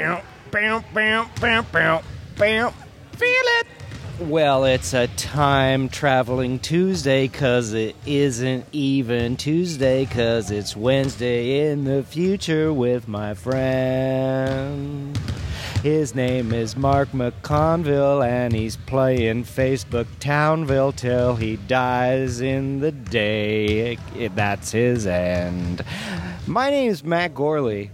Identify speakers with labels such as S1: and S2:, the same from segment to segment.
S1: Bam, bam, bam, bam, bam. Feel it.
S2: Well, it's a time traveling Tuesday because it isn't even Tuesday because it's Wednesday in the future with my friend. His name is Mark McConville and he's playing Facebook Townville till he dies in the day. It- That's his end. My name is Matt Gorley.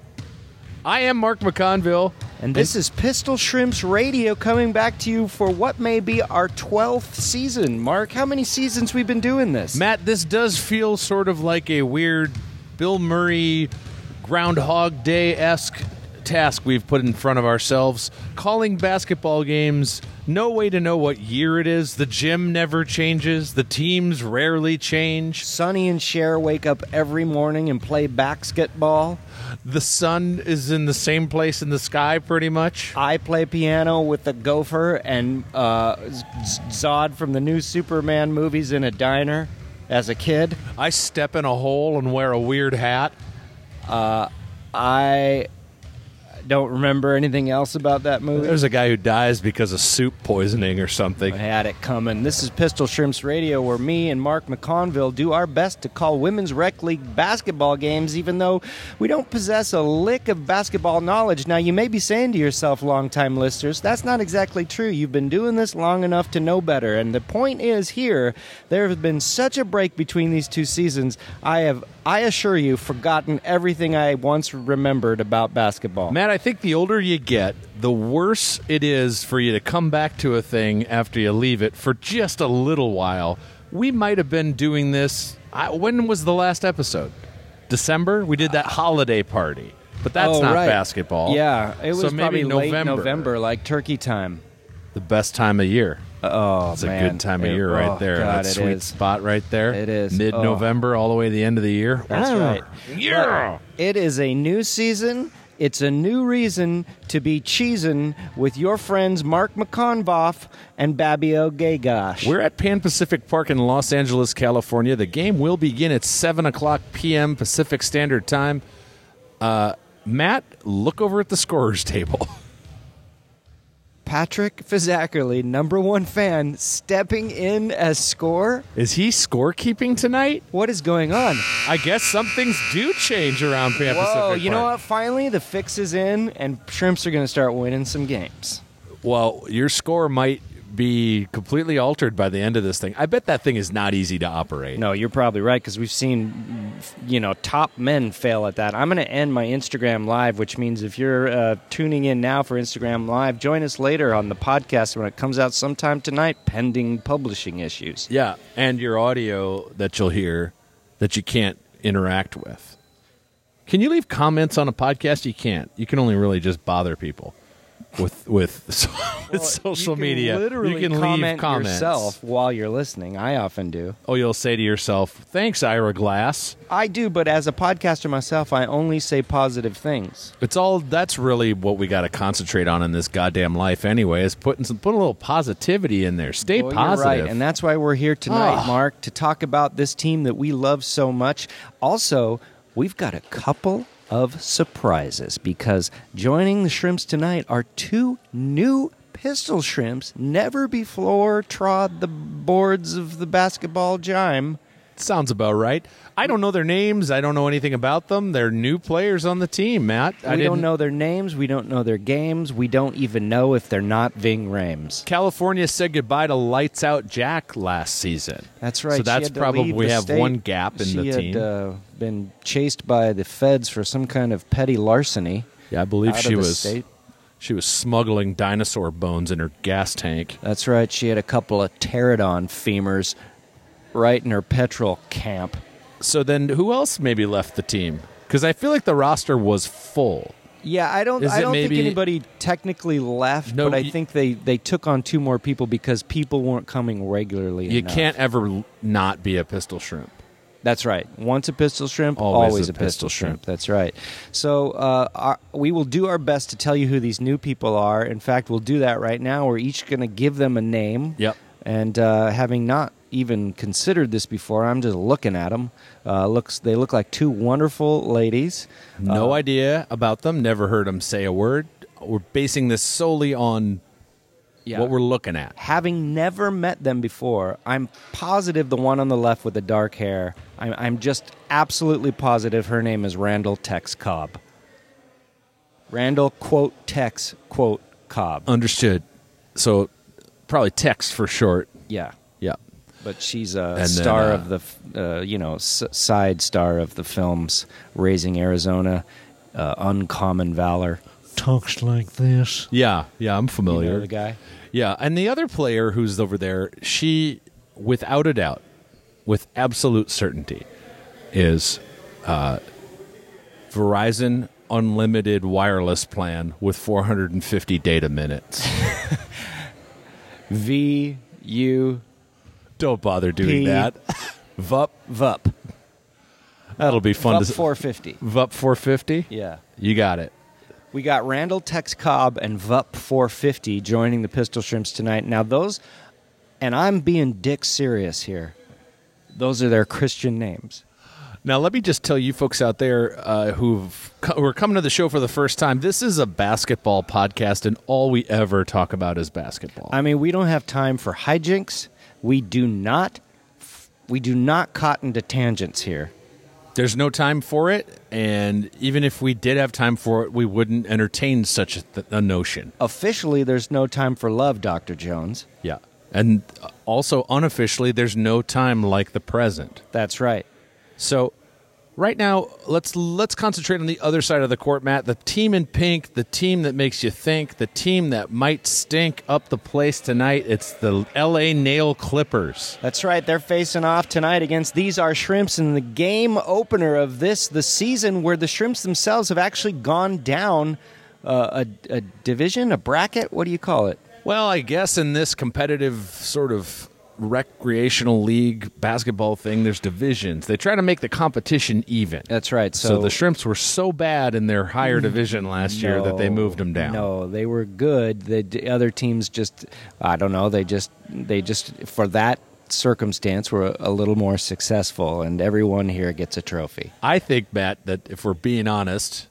S3: I am Mark McConville.
S2: And this is Pistol Shrimps Radio coming back to you for what may be our 12th season. Mark, how many seasons we've been doing this?
S3: Matt, this does feel sort of like a weird Bill Murray Groundhog Day esque task we've put in front of ourselves. Calling basketball games, no way to know what year it is. The gym never changes, the teams rarely change.
S2: Sonny and Cher wake up every morning and play basketball.
S3: The sun is in the same place in the sky, pretty much.
S2: I play piano with the gopher and uh, Z- Z- Zod from the new Superman movies in a diner as a kid.
S3: I step in a hole and wear a weird hat.
S2: I don't remember anything else about that movie.
S3: There's a guy who dies because of soup poisoning or something.
S2: I had it coming. This is Pistol Shrimps Radio, where me and Mark McConville do our best to call women's rec league basketball games, even though we don't possess a lick of basketball knowledge. Now, you may be saying to yourself, longtime listeners, that's not exactly true. You've been doing this long enough to know better. And the point is here, there has been such a break between these two seasons. I have, I assure you, forgotten everything I once remembered about basketball.
S3: Matt, I think the older you get, the worse it is for you to come back to a thing after you leave it for just a little while. We might have been doing this. I, when was the last episode? December? We did that holiday party, but that's
S2: Oh,
S3: not
S2: right.
S3: basketball.
S2: Yeah, it was
S3: so maybe
S2: probably late
S3: November,
S2: November, like turkey time.
S3: the best time of year.
S2: Oh,
S3: It's
S2: man.
S3: a good time of
S2: It-
S3: year
S2: oh,
S3: right there.
S2: God,
S3: that
S2: it
S3: sweet
S2: is.
S3: spot right there.
S2: It is. Oh.
S3: Mid November all the way to the end of the year.
S2: That's
S3: Wow.
S2: right.
S3: Yeah.
S2: It is a new season. It's a new reason to be cheesin' with your friends Mark McConvoff and Babio Gagosh.
S3: We're at Pan Pacific Park in Los Angeles, California. The game will begin at 7 o'clock p.m. Pacific Standard Time. Uh, Matt, look over at the scorer's table.
S2: Patrick Fizzackerly, number one fan, stepping in as score.
S3: Is he scorekeeping tonight?
S2: What is going on?
S3: I guess some things do change around Pan Pacific
S2: Whoa,
S3: Park.
S2: you know what? Finally, the fix is in, and shrimps are going to start winning some games.
S3: Well, your score might be completely altered by the end of this thing. I bet that thing is not easy to operate.
S2: No, you're probably right because we've seen, you know, top men fail at that. I'm going to end my Instagram live, which means if you're uh, tuning in now for Instagram live, join us later on the podcast when it comes out sometime tonight, pending publishing issues.
S3: Yeah, and your audio that you'll hear that you can't interact with. Can you leave comments on a podcast? You can't. You can only really just bother people with with, so- with social
S2: you can
S3: media.
S2: Literally
S3: you can
S2: comment
S3: leave comments.
S2: yourself while you're listening. I often do.
S3: Oh, you'll say to yourself, "Thanks, Ira Glass."
S2: I do, but as a podcaster myself, I only say positive things.
S3: It's all that's really what we got to concentrate on in this goddamn life, anyway. Is putting some putting a little positivity in there. Stay
S2: Well, you're
S3: positive.
S2: right, and that's why we're here tonight,
S3: Ah.
S2: Mark, to talk about this team that we love so much. Also, we've got a couple of surprises because joining the shrimps tonight are two new pistol shrimps, never before trod the boards of the basketball gym.
S3: Sounds about right. I don't know their names. I don't know anything about them. They're new players on the team, Matt. I
S2: We
S3: didn't
S2: don't know their names, we don't know their games, we don't even know if they're not Ving Rames.
S3: California said goodbye to Lights Out Jack last season.
S2: That's right.
S3: So
S2: She
S3: that's
S2: had to
S3: probably
S2: leave
S3: we
S2: the
S3: have
S2: state.
S3: one gap in
S2: she
S3: the
S2: had,
S3: team.
S2: uh, been chased by the feds for some kind of petty larceny.
S3: yeah, I believe
S2: out
S3: she
S2: of the
S3: was
S2: state.
S3: she was smuggling dinosaur bones in her gas tank.
S2: That's right. She had a couple of pterodon femurs right in her petrol camp.
S3: So then, who else maybe left the team? Because I feel like the roster was full.
S2: Yeah, I don't.
S3: Is
S2: I
S3: it
S2: don't
S3: maybe-
S2: think anybody technically left,
S3: No,
S2: but I
S3: y-
S2: think they they took on two more people because people weren't coming regularly.
S3: You
S2: enough.
S3: can't ever l- not be a pistol shrimp.
S2: That's right. Once a pistol shrimp, always,
S3: Always
S2: a,
S3: a
S2: pistol,
S3: pistol
S2: shrimp.
S3: shrimp.
S2: That's right. So uh, our, we will do our best to tell you who these new people are. In fact, we'll do that right now. We're each going to give them a name.
S3: Yep.
S2: And uh, having not even considered this before, I'm just looking at them. Uh, looks they look like two wonderful ladies.
S3: No idea about them. Never heard them say a word. we're basing this solely on
S2: Yeah.
S3: what we're looking at.
S2: having never met them before, I'm positive the one on the left with the dark hair. I'm, I'm just absolutely positive her name is Randall Tex Cobb. Randall quote Tex quote Cobb.
S3: Understood. So probably text for short.
S2: yeah,
S3: Yeah.
S2: but she's a
S3: then,
S2: star
S3: uh,
S2: of the f- uh, you know s- side star of the films Raising Arizona, uh, Uncommon Valor.
S4: talks like this.
S3: Yeah. Yeah, I'm
S2: You
S3: familiar.
S2: know the guy.
S3: Yeah, and the other player who's over there, she, without a doubt, with absolute certainty, is uh, Verizon Unlimited Wireless Plan with 450 data minutes.
S2: V U
S3: Don't bother doing
S2: P.
S3: that. Vup,
S2: Vup.
S3: that'll be fun
S2: Vup
S3: to
S2: 450.
S3: Vup 450?
S2: Yeah.
S3: You got it.
S2: We got Randall Tex Cobb and Vup 450 joining the Pistol Shrimps tonight. Now, those, and I'm being dick serious here, those are their Christian names.
S3: Now, let me just tell you folks out there uh, who've, co- who are coming to the show for the first time this is a basketball podcast, and all we ever talk about is basketball.
S2: I mean, we don't have time for hijinks. We do not, we do not cotton to tangents here.
S3: There's no time for it, and even if we did have time for it, we wouldn't entertain such a, th- a notion.
S2: Officially, there's no time for love, Dr. Jones.
S3: Yeah, and uh, also unofficially, there's no time like the present.
S2: That's right.
S3: So, right now, let's let's concentrate on the other side of the court, Matt. The team in pink, the team that makes you think, the team that might stink up the place tonight. It's the L.A. Nail Clippers.
S2: That's right. They're facing off tonight against These Are Shrimps in the game opener of this, the season where the Shrimps themselves have actually gone down uh, a, a division, a bracket. What do you call it?
S3: Well, I guess in this competitive sort of recreational league basketball thing, there's divisions. They try to make the competition even.
S2: That's right.
S3: so, Mm-hmm.
S2: So,
S3: the shrimps were so bad in their higher division last year that they
S2: No,
S3: moved them down.
S2: No, they were good. The d- other teams just, I don't know, they just, they just for that circumstance were a, a little more successful, and everyone here gets a trophy.
S3: I think, Matt, that if we're being honest,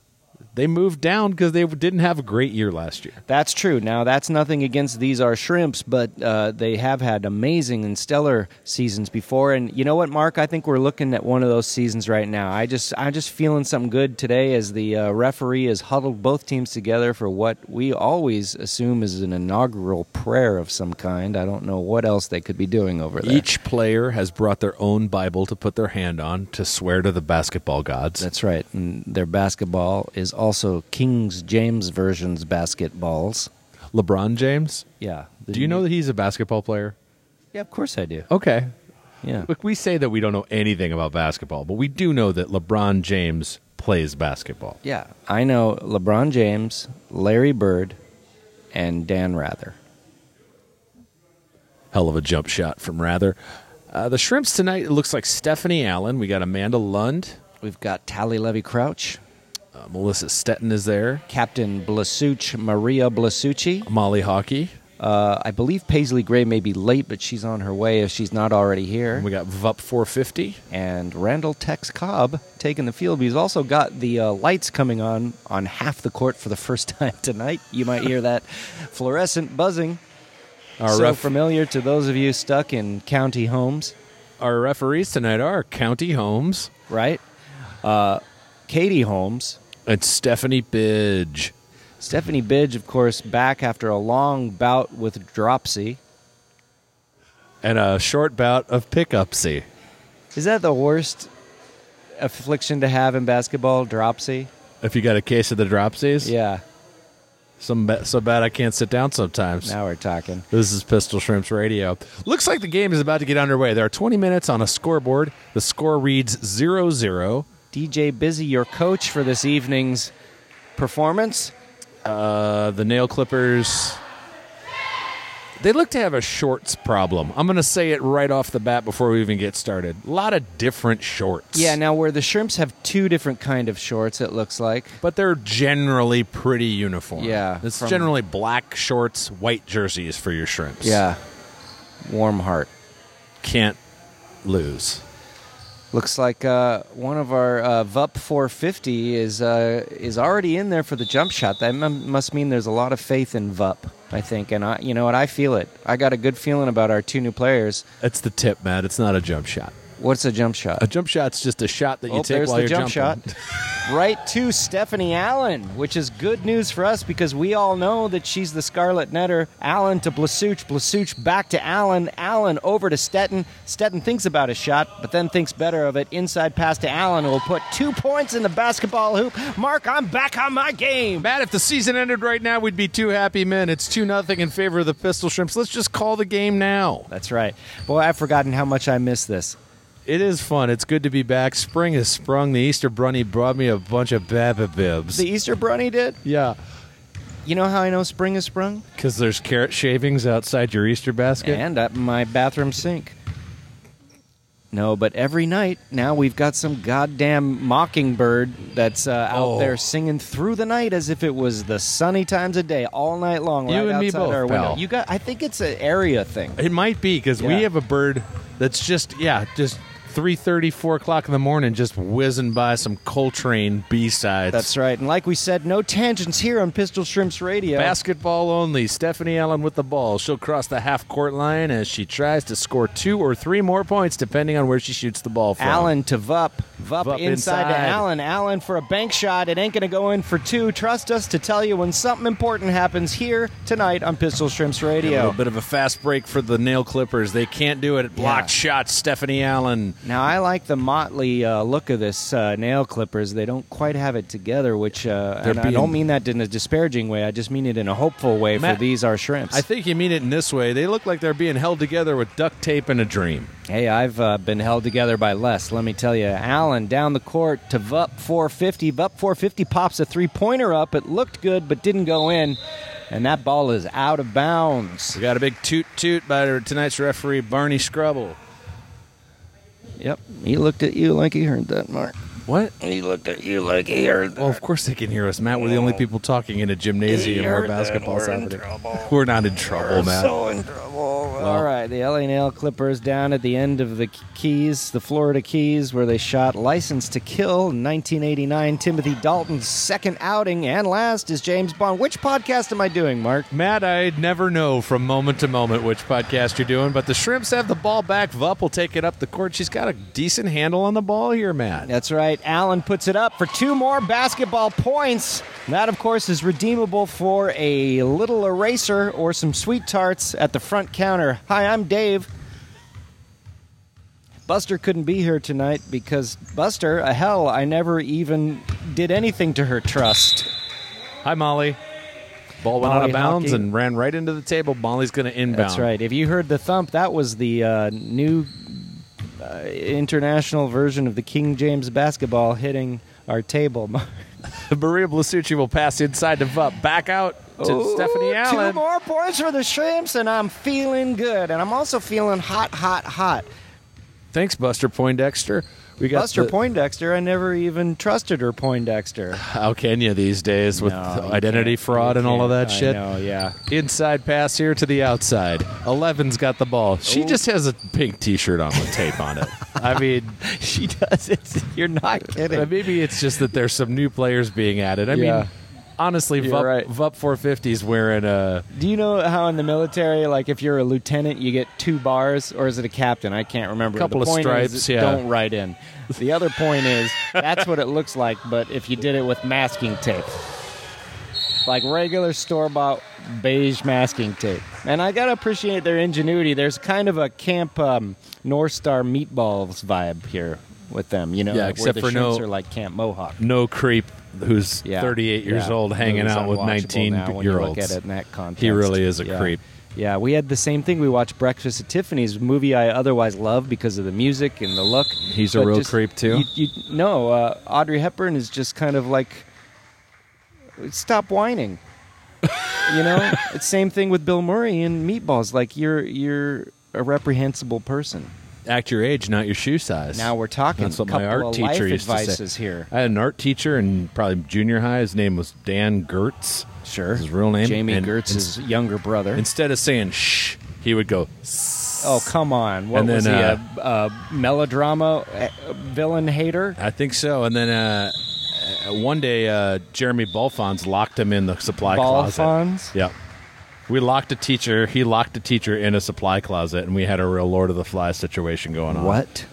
S3: they moved down because they didn't have a great year last year.
S2: That's true. Now, that's nothing against these are shrimps, but uh, they have had amazing and stellar seasons before. And you know what, Mark? I think we're looking at one of those seasons right now. I just, I'm just feeling something good today as the uh, referee has huddled both teams together for what we always assume is an inaugural prayer of some kind. I don't know what else they could be doing over there.
S3: Each player has brought their own Bible to put their hand on to swear to the basketball gods.
S2: That's right. And their basketball is also King James Version's basketballs.
S3: LeBron James.
S2: Yeah.
S3: Do you know that he's a basketball player?
S2: Yeah, of course I do.
S3: Okay.
S2: Yeah.
S3: Look, we say that we don't know anything about basketball, but we do know that LeBron James plays basketball.
S2: Yeah, I know LeBron James, Larry Bird, and Dan Rather.
S3: Hell of a jump shot from Rather. Uh, the Shrimps tonight, it looks like Stephanie Allen. We got Amanda Lund.
S2: We've got Tally Levy Crouch,
S3: Uh, Melissa Stetton is there.
S2: Captain Blasuch, Maria Blasucci.
S3: Molly Hockey.
S2: Uh, I believe Paisley Gray may be late, but she's on her way if she's not already here.
S3: We got Vup 450.
S2: And Randall Tex Cobb taking the field. He's also got the uh, lights coming on on half the court for the first time tonight. You might hear that fluorescent buzzing.
S3: Our,
S2: so
S3: ref-
S2: familiar to those of you stuck in county homes.
S3: our referees tonight are County Holmes
S2: right? Uh, Katie Holmes,
S3: and Stephanie Bidge.
S2: Stephanie Bidge, of course, back after a long bout with dropsy.
S3: And a short bout of pickupsy.
S2: Is that the worst affliction to have in basketball? Dropsy?
S3: If you got a case of the dropsies,
S2: Yeah.
S3: some ba- so bad I can't sit down sometimes.
S2: Now we're talking.
S3: This is Pistol Shrimps Radio. Looks like the game is about to get underway. There are 20 minutes on a scoreboard. The score reads 0 0.
S2: DJ Busy, your coach for this evening's performance.
S3: Uh, the Nail Clippers. They look to have a shorts problem. I'm going to say it right off the bat before we even get started. A lot of different shorts.
S2: Yeah, now where the shrimps have two different kind of shorts, it looks like.
S3: But they're generally pretty uniform.
S2: Yeah,
S3: It's
S2: from-
S3: generally black shorts, white jerseys for your shrimps.
S2: Yeah. Warm heart.
S3: Can't lose.
S2: Looks like uh, one of our uh, VUP 450 is uh, is already in there for the jump shot. That m- must mean there's a lot of faith in VUP. I think, and I, you know what, I feel it. I got a good feeling about our two new players.
S3: That's the tip, Matt. It's not a jump shot.
S2: What's a jump shot?
S3: A jump shot's just a shot that you
S2: Oh,
S3: take
S2: there's
S3: while
S2: the
S3: you're
S2: jump
S3: jumping.
S2: shot. right to Stephanie Allen, which is good news for us because we all know that she's the scarlet netter. Allen to Blasuch, Blasuch back to Allen, Allen over to Stetton. Stetton thinks about his shot, but then thinks better of it. Inside pass to Allen, who will put two points in the basketball hoop. Mark, I'm back on my game.
S3: Matt, if the season ended right now, we'd be two happy men. It's two nothing in favor of the Pistol Shrimps. Let's just call the game now.
S2: That's right. Boy, I've forgotten how much I miss this.
S3: It is fun. It's good to be back. Spring has sprung. The Easter Brunny brought me a bunch of Baba Bibs.
S2: The Easter Brunny did.
S3: yeah,
S2: You know how I know spring has sprung?
S3: because there's carrot shavings outside your Easter basket.
S2: and at my bathroom sink. No, but every night now we've got some goddamn mockingbird that's uh, out
S3: Oh.
S2: there singing through the night as if it was the sunny times of day all night long.
S3: You
S2: right
S3: and me
S2: outside
S3: both,
S2: our window.
S3: pal.
S2: You got? I think it's an area thing.
S3: It might be because
S2: Yeah.
S3: we have a bird that's just yeah, just three thirty, four o'clock in the morning, just whizzing by some Coltrane B sides.
S2: That's right. And like we said, no tangents here on Pistol Shrimps Radio.
S3: Basketball only. Stephanie Allen with the ball. She'll cross the half court line as she tries to score two or three more points, depending on where she shoots the ball from.
S2: Allen to Vup. Vup,
S3: Vup
S2: inside, to
S3: inside.
S2: Allen. Allen for a bank shot. It ain't going to go in for two. Trust us to tell you when something important happens here tonight on Pistol Shrimps
S3: A
S2: Radio.
S3: little bit of a fast break for the nail clippers. They can't do it. Blocked shot, Stephanie Allen.
S2: Now I like the motley uh, look of this uh, nail clippers. They don't quite have it together, which uh,
S3: They're
S2: and I
S3: being-
S2: don't mean that in a disparaging way. I just mean it in a hopeful way
S3: Matt,
S2: for these are shrimps.
S3: I think you mean it in this way. They look like they're being held together with duct tape and a dream.
S2: hey, I've uh, been held together by less. Let me tell you, Allen down the court to Vup 450. Vup 450 pops a three pointer up. It looked good, but didn't go in, and that ball is out of bounds.
S3: We got a big toot toot by tonight's referee, Barney Scrubble.
S2: Yep, he looked at you like he heard that, Mark.
S3: What?
S1: He looked at you like he heard Oh.
S3: Well, of course they can hear us, Matt. We're the only people talking in a gymnasium or
S1: heard that.
S3: basketball
S1: We're in
S3: Saturday.
S1: trouble.
S3: We're not in trouble, Matt.
S1: so in trouble.
S2: All right, the LA Nail Clippers down at the end of the Keys, the Florida Keys, where they shot License to Kill in 1989. Timothy Dalton's second outing and last is James Bond. Which podcast am I doing, Mark?
S3: Matt, I'd never know from moment to moment which podcast you're doing, but the Shrimps have the ball back. Vup will take it up the court. She's got a decent handle on the ball here, Matt.
S2: That's right. Allen puts it up for two more basketball points. That, of course, is redeemable for a little eraser or some sweet tarts at the front counter. Hi, I'm Dave. Buster couldn't be here tonight because Buster, a hell, I never even did anything to her trust.
S3: Hi, Molly. Ball went out
S2: Molly
S3: of bounds
S2: Hockey.
S3: and ran right into the table. Molly's going to inbound.
S2: That's right. If you heard the thump, that was the uh, new uh, international version of the King James basketball hitting our table.
S3: Maria Blasucci will pass inside to Vup. Back out to
S2: Ooh,
S3: Stephanie Allen.
S2: Two more points for the shrimps, and I'm feeling good. And I'm also feeling hot, hot, hot.
S3: Thanks, Buster Poindexter. We got
S2: Buster
S3: the-
S2: Poindexter, I never even trusted her Poindexter.
S3: How can you these days with
S2: No, you
S3: identity
S2: can't.
S3: fraud
S2: You
S3: and all of
S2: can't.
S3: that
S2: I
S3: shit?
S2: know, yeah.
S3: Inside pass here to the outside. Eleven's got the ball. She just has a pink T-shirt on with tape on it. I mean,
S2: She does it. You're not kidding.
S3: uh, maybe it's just that there's some new players being added. I
S2: Yeah.
S3: mean, honestly,
S2: You're
S3: Vup,
S2: right.
S3: Vup 450's wearing a.
S2: Do you know how in the military, like if you're a lieutenant, you get two bars, or is it a captain? I can't remember.
S3: Couple
S2: The
S3: of
S2: point is,
S3: stripes, yeah.
S2: Don't write in. The other point is that's what it looks like, but if you did it with masking tape, like regular store bought beige masking tape. And I gotta appreciate their ingenuity. There's kind of a camp um, North Star meatballs vibe here with them, you know.
S3: Yeah,
S2: where
S3: except
S2: the
S3: for no-
S2: shrimps are like camp Mohawk.
S3: No creep who's
S2: Yeah,
S3: 38 years
S2: yeah.
S3: old hanging
S2: Who's
S3: out with
S2: unwatchable
S3: 19
S2: now when you
S3: year
S2: look
S3: olds.
S2: at it in that context.
S3: He really is a
S2: Yeah.
S3: creep.
S2: Yeah, we had the same thing. We watched Breakfast at Tiffany's, a movie I otherwise love because of the music and the look.
S3: He's a real creep, too?
S2: You, you, no, uh, Audrey Hepburn is just kind of like, stop whining. you know, it's same thing with Bill Murray and Meatballs. Like you're you're a reprehensible person.
S3: Act your age, not your shoe size.
S2: Now we're talking.
S3: That's what
S2: couple
S3: my art
S2: of
S3: teacher
S2: life
S3: used to
S2: advices
S3: say.
S2: here.
S3: I had an art teacher in probably junior high. His name was Dan Gertz.
S2: Sure,
S3: His real name
S2: Jamie
S3: And-
S2: Gertz's younger brother.
S3: Instead of saying shh, he would go. "S-"
S2: Oh come on! What
S3: And then,
S2: was he
S3: uh,
S2: a, a melodrama uh, villain hater?
S3: I think so. And then uh, uh, one day, uh, Jeremy Balfons locked him in the supply
S2: Balfons?
S3: closet. Yeah. We locked a teacher. He locked a teacher in a supply closet, and we had a real Lord of the Flies situation going on.
S2: What?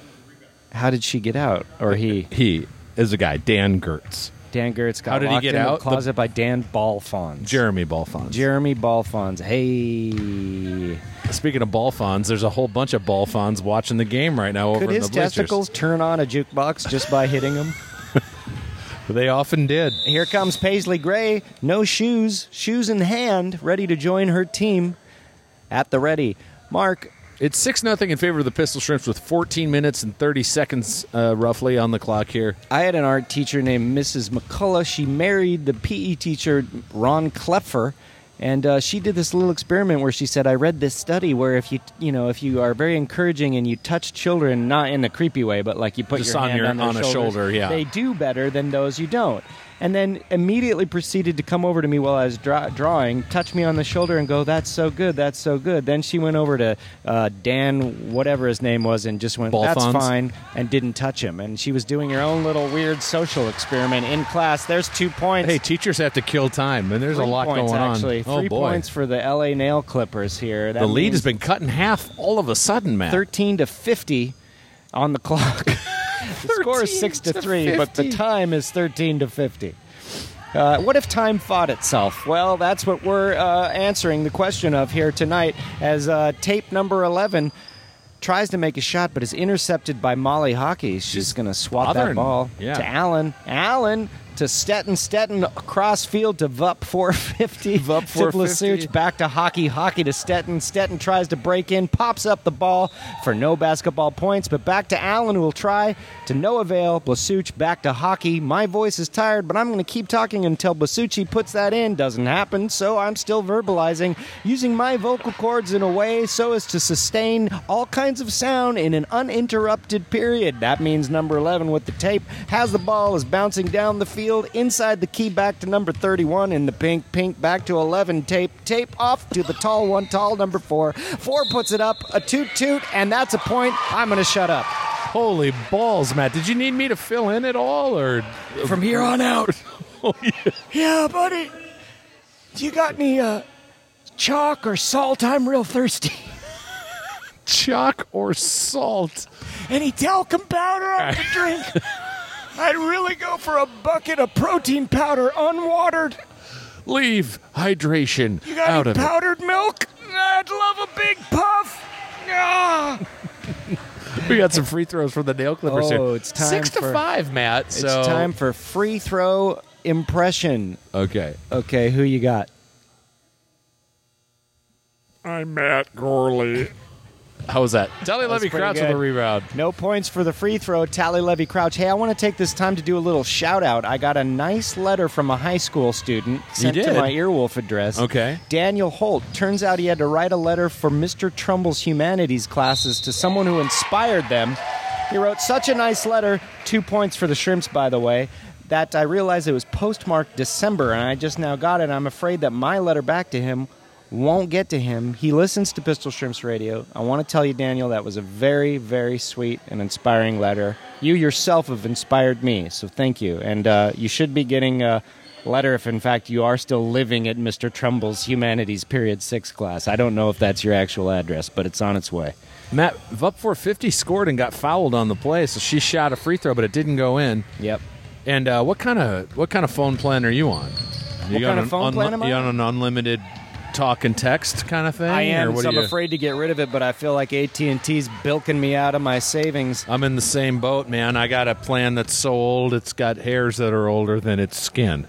S2: How did she get out? Or he?
S3: He is a guy, Dan Gertz.
S2: Dan Gertz got
S3: How did he
S2: locked
S3: get
S2: in
S3: out?
S2: the
S3: The-
S2: closet by Dan Balfons.
S3: Jeremy Balfons.
S2: Jeremy Balfons. Hey.
S3: Speaking of Balfons, there's a whole bunch of Balfons watching the game right now over
S2: Could
S3: in
S2: his
S3: the bleachers.
S2: testicles turn on a jukebox just by hitting him?
S3: They often did.
S2: Here comes Paisley Gray, no shoes, shoes in hand, ready to join her team at the ready. Mark,
S3: It's 6 nothing in favor of the Pistol Shrimps with 14 minutes and 30 seconds uh, roughly on the clock here.
S2: I had an art teacher named Mrs. McCullough. She married the PE teacher Ron Kleffer, and uh, she did this little experiment where she said, "I read this study where if you you know if you are very encouraging and you touch children not in a creepy way, but like you put
S3: Just
S2: your
S3: on
S2: hand
S3: your-
S2: on, their
S3: on a
S2: shoulders,
S3: shoulder, yeah.
S2: they do better than those you don't." And then immediately proceeded to come over to me while I was draw- drawing, touch me on the shoulder, and go, "That's so good, that's so good." Then she went over to uh, Dan, whatever his name was, and just went, "That's
S3: Balfons?
S2: fine." and didn't touch him. And she was doing her own little weird social experiment in class. There's two points.
S3: Hey, teachers have to kill time, and there's
S2: Three
S3: a lot
S2: points,
S3: going
S2: actually.
S3: on.
S2: Three
S3: oh boy.
S2: points for the LA Nail Clippers here. That
S3: the lead
S2: means
S3: has been cut in half all of a sudden, man.
S2: 13 to 50 on the clock. the score is
S3: 13
S2: 6 to
S3: to
S2: 3, but the
S3: 50.
S2: time is 13 to 50. Uh, what if time fought itself? Well, that's what we're uh, answering the question of here tonight as uh, tape number 11 tries to make a shot but is intercepted by Molly Hockey. She's
S3: She's
S2: going to swap that
S3: bothering-
S2: ball
S3: yeah.
S2: to Allen. Allen to Stetton. Stetton across field to Vup 450.
S3: Vup
S2: To
S3: 450.
S2: Blasuch, back to hockey, hockey to Stetton. Stetton tries to break in, pops up the ball for no basketball points, but back to Allen, who will try to no avail. Blasuch back to hockey. My voice is tired, but I'm going to keep talking until Blasucci puts that in. Doesn't happen, so I'm still verbalizing, using my vocal cords in a way so as to sustain all kinds of sound in an uninterrupted period. That means number 11 with the tape has the ball, is bouncing down the field, inside the key back to number 31 in the pink, pink back to 11 tape, tape off to the tall one, tall number four. Four puts it up, a toot toot, and that's a point. I'm going to shut up.
S3: Holy balls, Matt. Did you need me to fill in at all or
S2: From here on out. yeah. buddy. You got any uh, chalk or salt? I'm real thirsty.
S3: chalk or salt?
S2: Any talcum powder I could drink? I'd really go for a bucket of protein powder unwatered.
S3: Leave hydration
S1: You got
S3: out
S1: any
S3: of
S1: powdered milk? I'd love a big puff. Ah.
S3: it. We got some free throws from the nail clippers
S2: Oh,
S3: here.
S2: it's time
S3: Six
S2: for-
S3: to five, Matt. So
S2: It's time for free throw impression.
S3: Okay.
S2: Okay, who you got?
S1: I'm Matt Gorley.
S3: How was that? Telly
S2: was
S3: Levy
S2: pretty
S3: Crouch with
S2: good.
S3: the rebound.
S2: No points for the free throw, Tally Levy Crouch. Hey, I want to take this time to do a little shout out. I got a nice letter from a high school student sent to
S3: did?
S2: my earwolf address.
S3: Okay.
S2: Daniel Holt. Turns out he had to write a letter for Mr. Trumbull's humanities classes to someone who inspired them. He wrote such a nice letter, two points for the shrimps, by the way, that I realized it was postmarked December, and I just now got it. I'm afraid that my letter back to him won't get to him. He listens to Pistol Shrimps Radio. I want to tell you, Daniel, that was a very, very sweet and inspiring letter. You yourself have inspired me, so thank you. And uh, you should be getting. Uh, letter if in fact you are still living at Mr. Trumbull's Humanities Period 6 class. I don't know if that's your actual address, but it's on its way.
S3: Matt Vup 450 scored and got fouled on the play, so she shot a free throw, but it didn't go in.
S2: Yep.
S3: And uh, what kind of what kind of phone plan are you on? You
S2: kind
S3: on
S2: of
S3: an
S2: phone plan am I
S3: You
S2: on?
S3: on an unlimited talk and text kind of thing?
S2: I
S3: or
S2: am,
S3: what
S2: so
S3: do
S2: I'm
S3: you-
S2: afraid to get rid of it, but I feel like AT&T's bilking me out of my savings.
S3: I'm in the same boat, man. I got a plan that's so old it's got hairs that are older than its skin.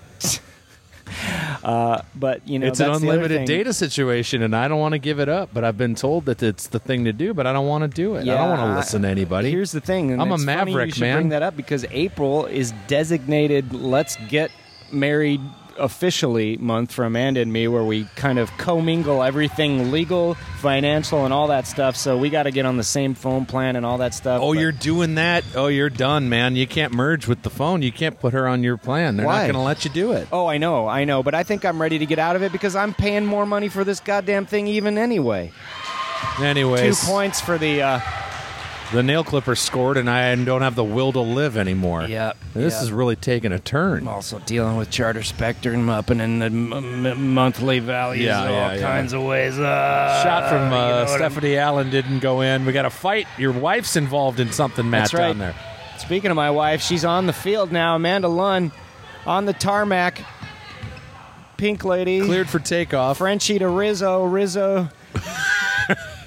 S2: But, you know,
S3: it's an
S2: that's the other
S3: unlimited
S2: thing.
S3: data situation, and I don't want to give it up. But I've been told that it's the thing to do, but I don't want to do it. I
S2: Yeah,
S3: don't want to listen to anybody.
S2: Here's the thing. and
S3: I'm a
S2: it's funny you
S3: maverick,
S2: should
S3: man.
S2: Bring that up because April is designated "Let's Get Married" officially month for Amanda and me, where we kind of commingle everything legal, financial, and all that stuff. So we got to get on the same phone plan and all that stuff.
S3: Oh,
S2: but-
S3: you're doing that. Oh, you're done, man. You can't merge with the phone. You can't put her on your plan. They're
S2: Why?
S3: not going to let you do it.
S2: Oh, I know, I know, but I think I'm ready to get out of it because I'm paying more money for this goddamn thing even anyway. Oh, Two
S3: Anyways,
S2: points for the. Uh,
S3: the nail clipper scored, and I don't have the will to live anymore.
S2: Yep,
S3: This
S2: yep.
S3: is really taking a turn.
S2: also dealing with Charter Spectrum up and in the m- m- monthly values
S3: Yeah,
S2: in all
S3: yeah, yeah.
S2: kinds of ways. Uh,
S3: Shot
S2: you
S3: from
S2: know
S3: uh,
S2: what I'm-
S3: Stephanie Allen didn't go in. We got a fight. Your wife's involved in something, Matt,
S2: That's right.
S3: down there.
S2: Speaking of my wife, she's on the field now. Amanda Lunn on the tarmac. Pink lady.
S3: Cleared for takeoff.
S2: Frenchie to Rizzo. Rizzo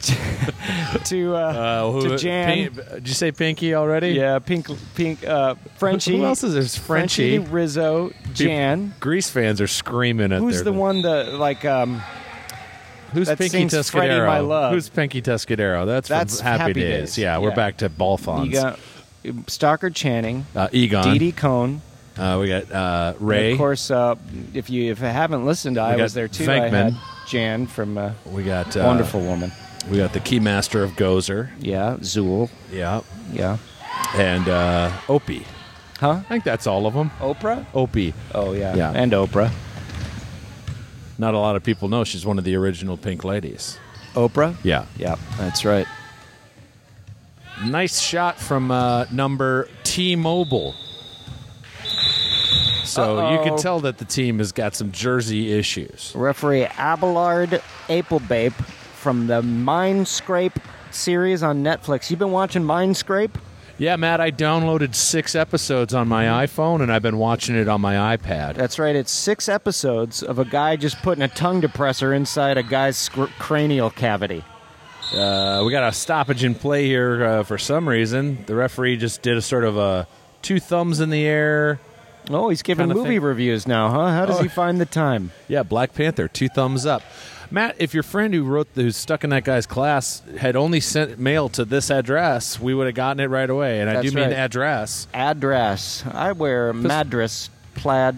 S2: to uh,
S3: Uh, who-
S2: to Jan.
S3: Pink- did you say Pinky already?
S2: Yeah, pink, pink, uh, Frenchie.
S3: Who else is there's
S2: Frenchie,
S3: Frenchie?
S2: Rizzo, Jan.
S3: Grease fans are screaming at
S2: Who's
S3: their-
S2: the one that like? um
S3: Who's
S2: that
S3: Pinky
S2: sings
S3: Tuscadero?
S2: Freddie, My Love?
S3: Who's Pinky Tuscadero? That's, from
S2: That's
S3: Happy,
S2: Happy
S3: days.
S2: Days.
S3: Yeah, we're
S2: Yeah.
S3: back to ball fonts.
S2: You got Stalker Channing,
S3: uh, Egon.
S2: Dee Dee Cone,
S3: Uh, we got uh,
S2: and
S3: Ray.
S2: Of course, uh, if you if I haven't listened, I
S3: got
S2: was there too. I
S3: Venkman.
S2: had Jan from uh,
S3: We got uh,
S2: Wonderful Woman.
S3: We got the Keymaster of Gozer.
S2: Yeah, Zool.
S3: Yeah,
S2: Yeah,
S3: and uh, Opie.
S2: huh?
S3: I think that's all of them.
S2: Oprah.
S3: Opie.
S2: Oh yeah,
S3: Yeah.
S2: and Oprah.
S3: Not a lot of people know she's one of the original Pink Ladies.
S2: Oprah.
S3: Yeah.
S2: Yeah, that's right.
S3: Nice shot from uh, number T-Mobile. So you
S2: Uh-oh.
S3: can tell that the team has got some jersey issues.
S2: Referee Abelard Applebape from the Mindscape series on Netflix. You've been watching Mindscape?
S3: Yeah, Matt, I downloaded six episodes on my iPhone, and I've been watching it on my iPad.
S2: That's right. It's six episodes of a guy just putting a tongue depressor inside a guy's scr- cranial cavity.
S3: Uh, we got a stoppage in play here uh, for some reason. The referee just did a sort of a two thumbs in the air.
S2: Oh, he's giving
S3: Kinda
S2: movie
S3: think-
S2: reviews now, huh? How does
S3: Oh.
S2: he find the time?
S3: Yeah, Black Panther, two thumbs up. Matt, if your friend who wrote the, who's stuck in that guy's class had only sent mail to this address, we would have gotten it right away. And I do
S2: That's
S3: mean
S2: right.
S3: address.
S2: Address. I wear madras plaid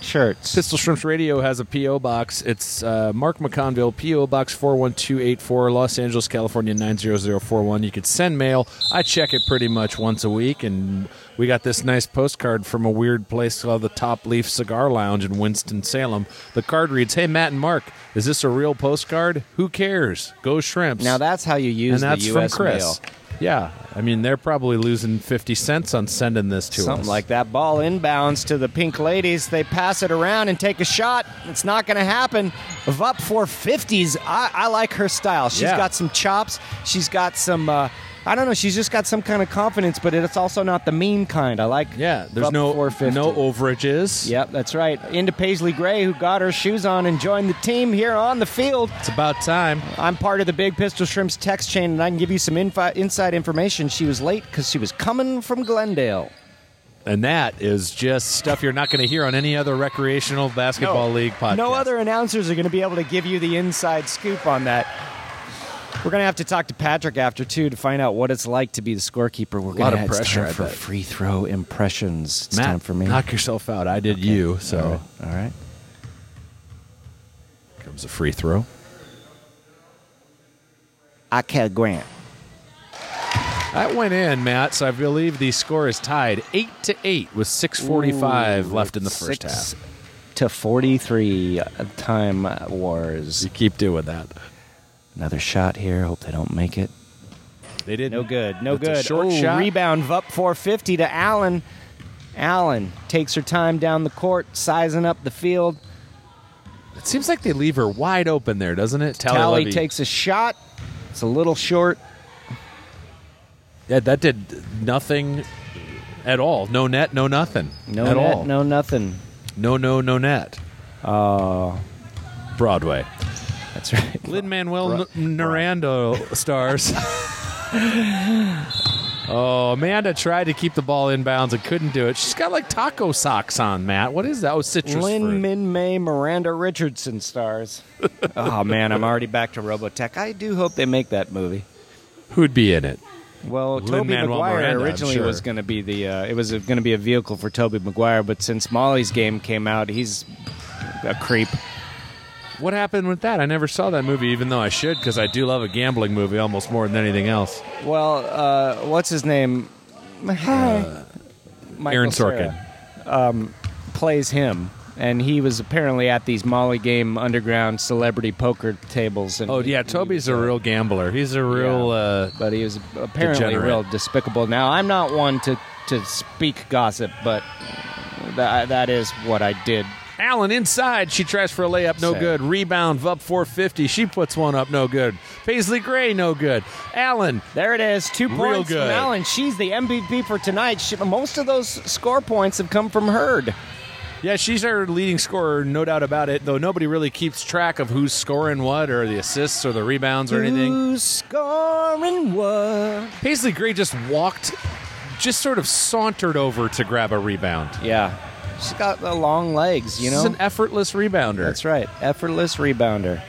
S2: shirts.
S3: Pistol Shrimps Radio has a PO box. It's uh, Mark McConville, PO Box four one two eight four, Los Angeles, California nine zero zero four one. You could send mail. I check it pretty much once a week, and we got this nice postcard from a weird place called the Top Leaf Cigar Lounge in Winston Salem. The card reads, "Hey Matt and Mark, is this a real postcard? Who cares? Go Shrimps!"
S2: now that's how you use
S3: and that's
S2: the
S3: from
S2: U.S.
S3: Chris.
S2: mail.
S3: Yeah, I mean they're probably losing fifty cents on sending this to
S2: Something
S3: us.
S2: like that. Ball inbounds to the pink ladies. They pass it around and take a shot. It's not going to happen. Vup 450s. I, I like her style. She's
S3: Yeah.
S2: got some chops. She's got some. Uh, I don't know. She's just got some kind of confidence, but it's also not the mean kind. I like.
S3: Yeah, there's
S2: Vup
S3: no
S2: 450.
S3: no overages.
S2: Yep, that's right. Into Paisley Gray, who got her shoes on and joined the team here on the field.
S3: It's about time.
S2: I'm part of the Big Pistol Shrimps text chain, and I can give you some infi- inside information. She was late because she was coming from Glendale.
S3: And that is just stuff you're not going to hear on any other recreational basketball league podcast.
S2: No other announcers are going to be able to give you the inside scoop on that. We're going to have to talk to Patrick after too to find out what it's like to be the scorekeeper. We're going
S3: Lot
S2: to
S3: of pressure, I
S2: for
S3: bet.
S2: free throw impressions. It's
S3: Matt,
S2: time for me.
S3: knock yourself out. I did you. So
S2: All right. All right.
S3: comes a free throw.
S2: I can't grant.
S3: That went in, Matt. So I believe the score is tied eight to eight with six forty-five left in the first
S2: Six
S3: half.
S2: to 43 uh, time uh, wars.
S3: You keep doing that.
S2: Another shot here. Hope they don't make it.
S3: They didn't.
S2: No good. No
S3: That's a
S2: good.
S3: short
S2: Ooh,
S3: shot.
S2: Rebound up 450 to Allen. Allen takes her time down the court, sizing up the field.
S3: It seems like they leave her wide open there, doesn't it? Tally,
S2: Tally
S3: Levy.
S2: takes a shot. It's a little short.
S3: Yeah, that did nothing at all. No net. No nothing.
S2: No net,
S3: at all.
S2: no nothing.
S3: No, no, no net. Oh. Broadway.
S2: That's right.
S3: Lin Manuel Miranda stars. oh, Amanda tried to keep the ball inbounds and couldn't do it. She's got like taco socks on, Matt. What is that? Oh, citrus. fruit.
S2: Lynn Min May Miranda Richardson stars. oh man, I'm already back to Robotech. I do hope they make that movie.
S3: Who'd be in it?
S2: Well, Toby
S3: Lin-Manuel
S2: Maguire
S3: Miranda, I'm
S2: originally
S3: sure.
S2: was going to be the uh, it was going to be a vehicle for Toby Maguire, but since Molly's game came out, he's a creep.
S3: What happened with that? I never saw that movie, even though I should, because I do love a gambling movie almost more than anything else.
S2: Well, uh, what's his name? Hi. Michael
S3: Uh, Aaron
S2: Cera
S3: Sorkin.
S2: plays him and he was apparently at these Molly Game Underground celebrity poker tables. And
S3: Oh
S2: he-
S3: yeah,
S2: he
S3: Toby's
S2: was,
S3: a
S2: uh,
S3: real gambler. He's a real.
S2: Yeah.
S3: Uh,
S2: but he was apparently
S3: Degenerate.
S2: real despicable. Now I'm not one to to speak gossip, but that that is what I did.
S3: Allen inside. She tries for a layup, no
S2: Sad.
S3: good. Rebound up 450. She puts one up, no good. Paisley Gray, no good. Allen
S2: There it is, two
S3: Real
S2: points
S3: good.
S2: from Allen. She's the MVP for tonight. She, most of those score points have come from Hurd.
S3: Yeah, she's our leading scorer, no doubt about it. Though nobody really keeps track of who's scoring what, or the assists, or the rebounds, or anything.
S2: Who's scoring what?
S3: Paisley Gray just walked, just sort of sauntered over to grab a rebound.
S2: Yeah, she's got the long legs, you know.
S3: She's an effortless rebounder.
S2: That's right. Effortless rebounder.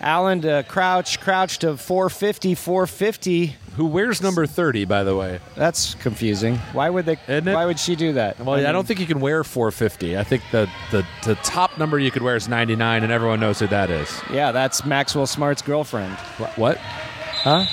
S2: Allen to Crouch, Crouch to 450, 450.
S3: Who wears number thirty, by the way?
S2: That's confusing. Why would they?
S3: Isn't it?
S2: Why would she do that?
S3: Well, I, don't think you can wear 450. I think the, the the top number you could wear is 99, and everyone knows who that is.
S2: think. Yeah, that's Maxwell Smart's girlfriend.
S3: Wh- What?
S2: Uh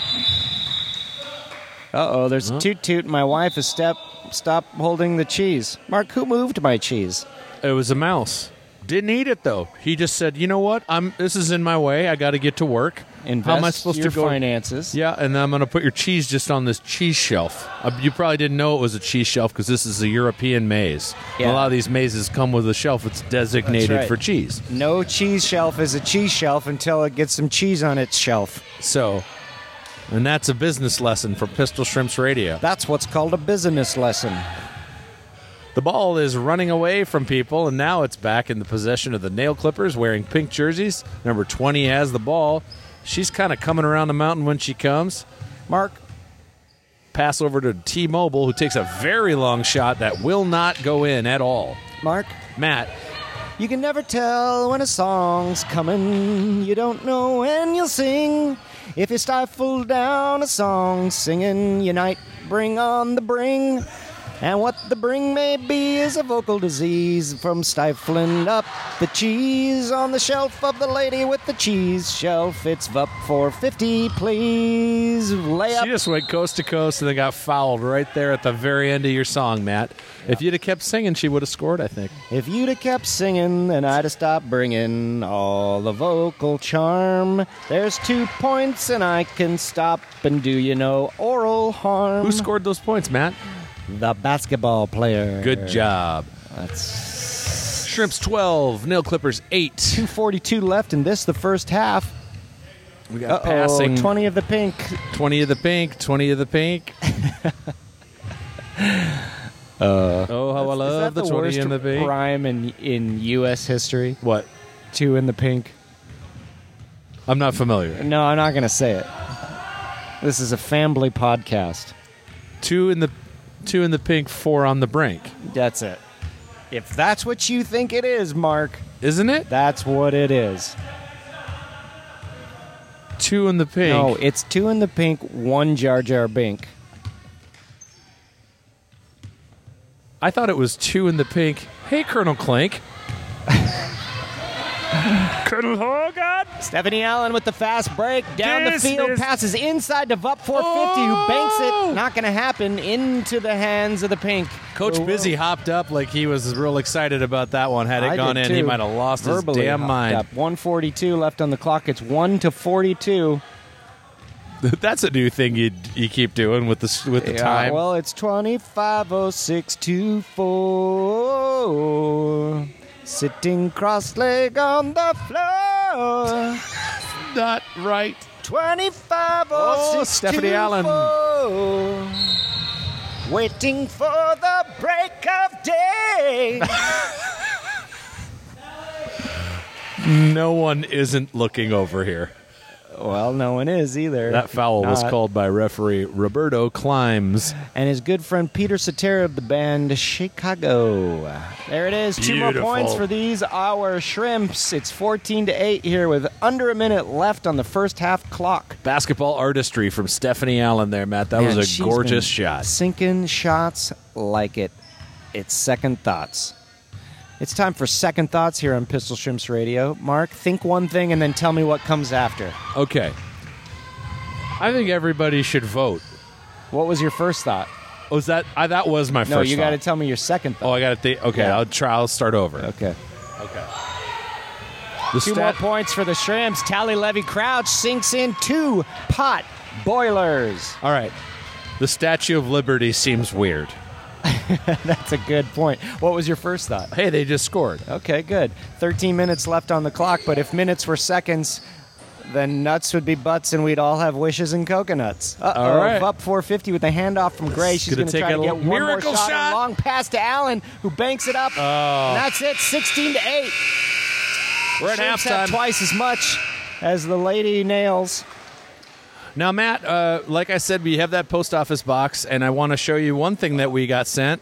S2: oh, there's a toot toot. My wife has step stop holding the cheese. Mark, who moved my cheese?
S3: It was a mouse. Didn't eat it though. He just said, "You know what? I'm. This is in my way. I got to get to work.
S2: Invest
S3: How am I supposed
S2: your
S3: to go?
S2: finances?
S3: Yeah, and I'm going to put your cheese just on this cheese shelf. Uh, You probably didn't know it was a cheese shelf because this is a European maze.
S2: Yeah.
S3: A lot of these mazes come with a shelf that's designated
S2: That's right.
S3: for cheese.
S2: No cheese shelf is a cheese shelf until it gets some cheese on its shelf.
S3: So, and that's a business lesson for Pistol Shrimps Radio.
S2: That's what's called a business lesson.
S3: The ball is running away from people, and now it's back in the possession of the nail clippers wearing pink jerseys. Number 20 has the ball. She's kind of coming around the mountain when she comes.
S2: Mark,
S3: Pass over to T Mobile, who takes a very long shot that will not go in at all.
S2: Mark,
S3: Matt,
S2: You can never tell when a song's coming. You don't know when you'll sing. If you stifle down a song singing, unite, bring on the bring. And what the bring may be is a vocal disease from stifling up the cheese on the shelf of the lady with the cheese shelf. It's up for 50, please. Lay up.
S3: she just went coast to coast and then got fouled right there at the very end of your song, Matt. If you'd have kept singing, she would have scored, I think.
S2: If you'd have kept singing and I'd have stopped bringing all the vocal charm, there's two points and I can stop and do you no oral harm.
S3: Who scored those points, Matt?
S2: The basketball player.
S3: Good job.
S2: That's
S3: Shrimps 12, Nail Clippers 8.
S2: 242 left in this, the first half.
S3: We
S2: Uh
S3: got
S2: oh,
S3: passing
S2: 20 of the pink.
S3: 20 of the pink, 20 of the pink. oh, how I
S2: Uh, Is
S3: love
S2: that
S3: the, 20
S2: worst
S3: in the pink.
S2: rhyme in, in U.S. history?
S3: What?
S2: Two in the pink.
S3: I'm not familiar.
S2: No, I'm not going to say it. This is a family podcast.
S3: Two in the two in the pink, four on the brink.
S2: That's it. If that's what you think it is, Mark,
S3: Isn't it?
S2: that's what it is.
S3: Two in the pink.
S2: No, it's two in the pink, one Jar Jar Bink.
S3: I thought it was two in the pink. Hey, Colonel Clink.
S1: Colonel Hogarth.
S2: Stephanie Allen with the fast break down
S1: This
S2: the field,
S1: is-
S2: passes inside to Vup 450, who banks
S3: Oh!
S2: it. Not going to happen into the hands of the pink.
S3: Coach
S2: Who-
S3: Busy hopped up like he was real excited about that one. Had it
S2: I
S3: gone
S2: did
S3: in, he
S2: too.
S3: might have lost
S2: Verbally
S3: his damn
S2: hopped
S3: mind.
S2: Up. 142 left on the clock. It's one to 42.
S3: That's a new thing you you keep doing with the s- with the
S2: Yeah,
S3: time.
S2: Well, it's 250624. Sitting cross leg on the floor.
S3: not right.
S2: 250624.
S3: Oh, Stephanie Allen.
S2: Waiting for the break of day.
S3: No one isn't looking over here.
S2: well, no one is either.
S3: That foul was
S2: Not.
S3: called by referee Roberto Climbs.
S2: And his good friend Peter Cetera of the band Chicago. There it is. Two more
S3: Beautiful.
S2: points for these our shrimps. It's 14 to 8 here with under a minute left on the first half clock.
S3: Basketball artistry from Stephanie Allen there, Matt. That
S2: Man,
S3: was
S2: she's
S3: a
S2: been
S3: gorgeous shot.
S2: Sinking shots like it. It's second thoughts. It's time for second thoughts here on Pistol Shrimps Radio. Mark, think one thing and then tell me what comes after.
S3: Okay. I think everybody should vote.
S2: What was your first thought?
S3: Oh, is that I, that was my
S2: No,
S3: first?
S2: you got to
S3: thought.
S2: tell me your second
S3: Oh,
S2: thought.
S3: I got to think. Okay,
S2: Yeah.
S3: I'll try. I'll start over.
S2: okay.
S3: Okay. The
S2: Two
S3: stat-
S2: more points for the Shrimps. Tally Levy Crouch sinks in two pot boilers.
S3: All right. The Statue of Liberty seems weird.
S2: That's a good point. What was your first thought?
S3: Hey, they just scored.
S2: Okay, good. 13 minutes left on the clock, but if minutes were seconds, then nuts would be butts and we'd all have wishes and coconuts. Uh-oh,
S3: All right.
S2: Up 450 with a handoff from Gray. She's
S3: gonna
S2: going to
S3: take
S2: try to
S3: a
S2: get one more
S3: miracle
S2: shot. and
S3: shot. Oh.
S2: Long pass to Allen, who banks it up. And that's it, 16 to 8.
S3: We're at
S2: Chiefs have
S3: halftime.
S2: twice as much as the Lady Nails.
S3: Now, Matt, uh, like I said, we have that post office box, and I want to show you one thing that we got sent.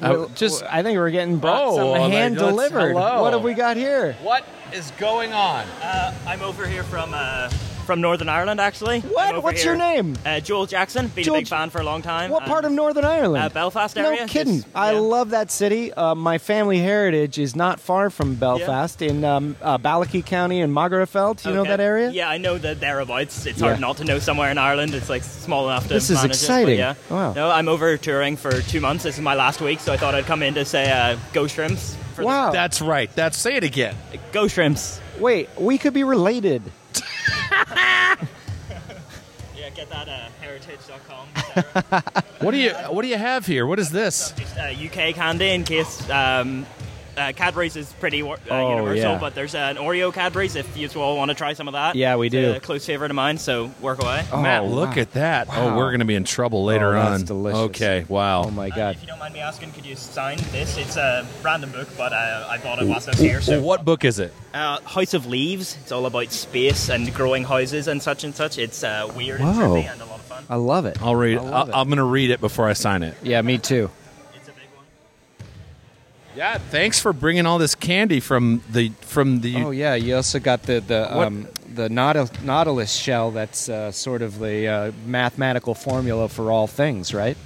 S3: I-
S2: Well,
S3: just
S2: I think we're getting brought
S3: Oh,
S2: something
S3: well,
S2: hand
S3: let's-
S2: delivered.
S3: hello.
S2: What have we got here?
S3: what is going on?
S5: Uh, I'm over here from uh, from Northern Ireland, actually.
S2: What?
S5: I'm over
S2: What's your name?
S5: Uh, Joel Jackson. Been
S2: Joel
S5: a big
S2: J-
S5: fan for a long time.
S2: What
S5: and
S2: part of Northern Ireland?
S5: uh, Belfast area,
S2: No kidding.
S5: just-
S2: I
S5: yeah.
S2: love that city. Uh, my family heritage is not far from Belfast in um, uh, Ballachy County and Magherafeldt. You know
S5: okay.
S2: that area?
S5: Yeah, I know the thereabouts. It's
S2: Yeah.
S5: hard not to know somewhere in Ireland. It's like small enough to.
S2: This is
S5: manage it, but
S2: exciting.
S5: yeah.
S2: Wow.
S5: No, I'm over touring for two months. This is my last week, so I thought I'd come in to say uh, go shrimps. For the-
S2: Wow.
S3: That's right. That's say it again.
S5: go shrimps.
S2: Wait, we could be related.
S5: Yeah, get that uh, heritage.com.
S3: What do you What do you have here? What is this?
S5: just, uh, UK candy in case um, uh, Cadbury's is pretty wor- uh,
S2: Oh,
S5: universal,
S2: yeah.
S5: but there's an Oreo Cadbury's if you all want to try some of that.
S2: Yeah, we
S5: It's
S2: do.
S5: A close favorite of mine, so work away.
S2: Oh,
S3: Matt,
S2: wow.
S3: look at that.
S2: Wow.
S3: Oh, we're going to be in trouble later
S2: Oh, that's
S3: on.
S2: delicious.
S3: Okay. Wow.
S2: Oh my
S5: Uh,
S2: God.
S5: If you don't mind me asking, could you sign this? It's a random book, but uh, I bought it whilst I was here. So
S3: Well, what book is it?
S5: Uh, House of Leaves. It's all about space and growing houses and such and such. It's uh, weird and
S2: Wow.
S5: trippy and a lot of fun.
S2: I love it.
S3: I'll read.
S2: I
S3: I
S2: love it.
S3: I'm going to read it before I sign it.
S2: yeah, me too.
S5: It's a big one.
S3: Yeah. Thanks for bringing all this candy from the from the.
S2: Oh yeah, you also got the the
S3: What-
S2: um, the nautil- nautilus shell. That's uh, sort of the uh, mathematical formula for all things, right?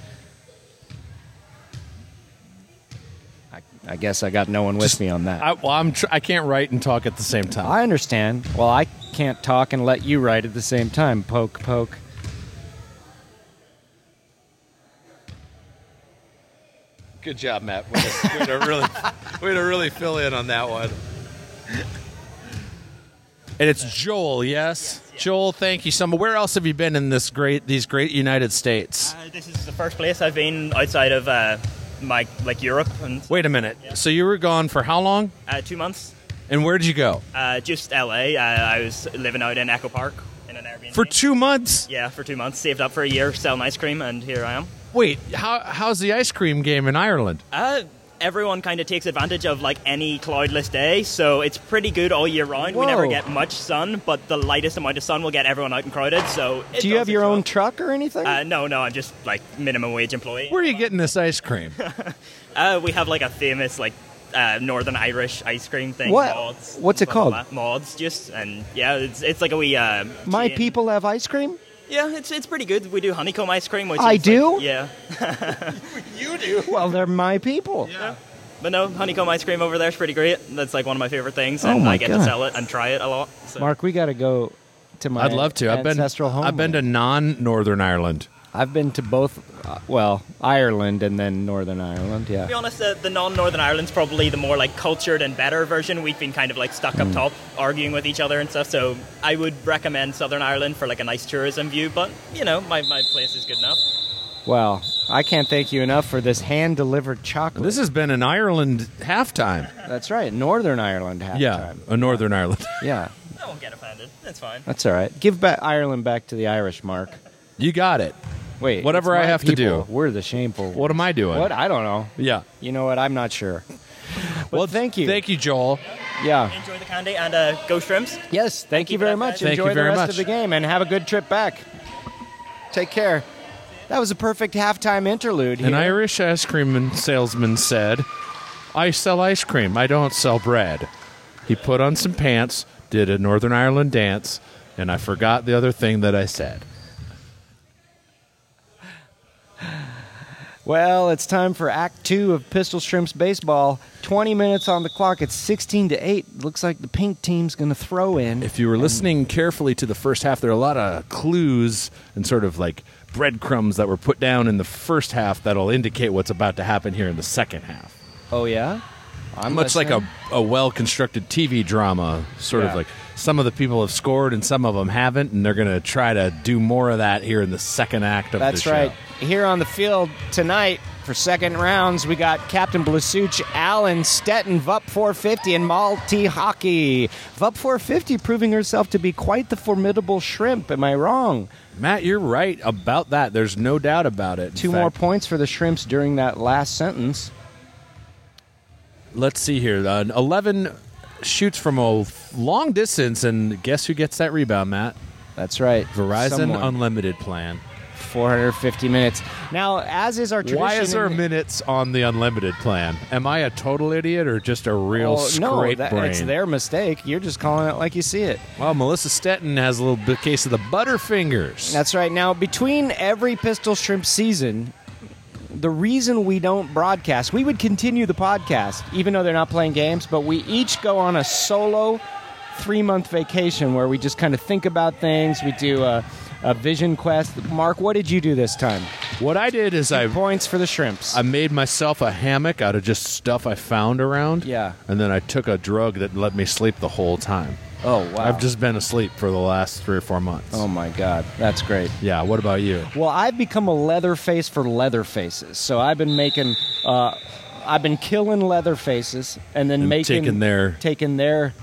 S2: I, I guess I got no one with me on that.
S3: I, well, I'm tr- I can't write and talk at the same time.
S2: I understand. Well, I can't talk and let you write at the same time. Poke, poke.
S3: Good job, Matt. Way to, way to really, way to really fill in on that one. And it's Joel, yes? Joel, thank you so much. Where else have you been in this great, these great United States?
S5: Uh, this is the first place I've been outside of uh, my like Europe and
S3: Wait a minute. So you were gone for how long?
S5: uh, two months.
S3: And where'd you go?
S5: Uh, just LA. Uh, I was living out in Echo Park in an Airbnb.
S3: For two months.
S5: Yeah, for two months. Saved up for a year, selling ice cream, and here I am.
S3: Wait, how, how's the ice cream game in Ireland?
S5: Uh, everyone kind of takes advantage of like any cloudless day, so it's pretty good all year round. We never
S2: Whoa.
S5: get much sun, but the lightest amount of sun will get everyone out and crowded. So it
S2: Do you
S5: does
S2: have your
S5: its
S2: own
S5: job.
S2: truck or anything?
S5: uh, no, no, I'm just like minimum wage employee.
S3: Where are you getting this ice cream?
S5: Uh, we have like a famous like uh, Northern Irish ice cream thing.
S2: What-
S5: Mods,
S2: what's it
S5: blah, blah,
S2: called?
S5: blah. Mods, just and yeah, it's it's like a wee. Uh,
S2: My
S5: chain.
S2: people have ice cream.
S5: Yeah, it's it's pretty good. We do honeycomb ice cream. Which
S2: I
S5: is, like,
S2: do?
S5: yeah.
S2: Well, they're my people.
S5: But no, honeycomb ice cream over there is pretty great. That's like one of my favorite things,
S2: Oh
S5: and
S2: my
S5: I get
S2: God.
S5: to sell it and try it a lot. So.
S2: Mark, we got to go to my.
S3: I'd love to. I've been,
S2: ancestral home.
S3: I've been to non-Northern Ireland.
S2: I've been to both. Uh, well, Ireland and then Northern Ireland.
S5: to be
S2: Yeah.
S5: honest, the, the non-Northern Ireland's probably the more like cultured and better version. We've been kind of like stuck up top, arguing with each other and stuff. So I would recommend Southern Ireland for like a nice tourism view. But you know, my, my place is good enough.
S2: Well, I can't thank you enough for this hand delivered chocolate.
S3: This has been an Ireland halftime.
S2: That's right, Northern Ireland halftime.
S3: Yeah, a Northern Ireland.
S2: Yeah.
S5: No one get offended. That's fine.
S2: That's all right. Give back Ireland back to the Irish, Mark.
S3: You got it.
S2: Wait.
S3: Whatever
S2: it's
S3: I
S2: my
S3: have to
S2: people.
S3: do.
S2: We're the shameful.
S3: What am I doing?
S2: What? I don't know.
S3: Yeah.
S2: You know what? I'm not sure.
S3: well,
S2: thank you.
S3: Thank you, Joel.
S2: Yeah.
S5: Enjoy the candy and uh, go shrimps.
S2: Yes. Thank you
S5: you
S2: very
S5: for that,
S2: much.
S5: guys.
S3: Thank
S2: Enjoy
S3: you very
S2: the rest
S3: much.
S2: of the game and have a good trip back. Take care. That was a perfect halftime interlude.
S3: An
S2: here.
S3: Irish ice cream salesman said, I sell ice cream, I don't sell bread. He put on some pants, did a Northern Ireland dance, and I forgot the other thing that I said.
S2: Well, it's time for Act Two of Pistol Shrimps baseball. Twenty minutes on the clock. It's sixteen to eight. Looks like the pink team's going to throw in.
S3: If you were listening carefully to the first half, there are a lot of clues and sort of like breadcrumbs that were put down in the first half that'll indicate what's about to happen here in the second half.
S2: Oh yeah, I'm
S3: Much like a,
S2: listening.
S3: a well constructed TV drama, sort
S2: Yeah.
S3: of like some of the people have scored and some of them haven't, and they're going to try to do more of that here in the second act of
S2: That's
S3: the show.
S2: right. Here on the field tonight for second rounds, we got Captain Blasuch, Allen, Stetton, Vup 450, and Malti Hockey. Vup 450 proving herself to be quite the formidable shrimp. Am I wrong?
S3: Matt, you're right about that. There's no doubt about it. In
S2: Two more
S3: fact,
S2: points for the shrimps during that last sentence.
S3: Let's see here. Uh, 11 shoots from a long distance, and guess who gets that rebound, Matt?
S2: That's right.
S3: Verizon
S2: Someone.
S3: Unlimited plan.
S2: 450 minutes. Now, as is our tradition.
S3: Why is there
S2: in-
S3: minutes on the unlimited plan? Am I a total idiot or just a real
S2: Oh, no,
S3: scrape
S2: that,
S3: brain?
S2: it's their mistake. You're just calling it like you see it.
S3: Well, Melissa Stetton has a little bit case of the butterfingers.
S2: That's right. Now, between every pistol shrimp season, the reason we don't broadcast, we would continue the podcast, even though they're not playing games, but we each go on a solo three month vacation where we just kind of think about things. We do a, a vision quest. Mark, what did you do this time?
S3: what I did is I
S2: Points for the shrimps.
S3: I made myself a hammock out of just stuff I found around.
S2: Yeah.
S3: And then I took a drug that let me sleep the whole time.
S2: oh, wow.
S3: I've just been asleep for the last three or four months.
S2: Oh, my God. That's great.
S3: Yeah, what about you?
S2: Well, I've become a leather face for leather faces. So I've been making, uh, I've been killing leather faces and then
S3: And
S2: making
S3: taking their-
S2: taking their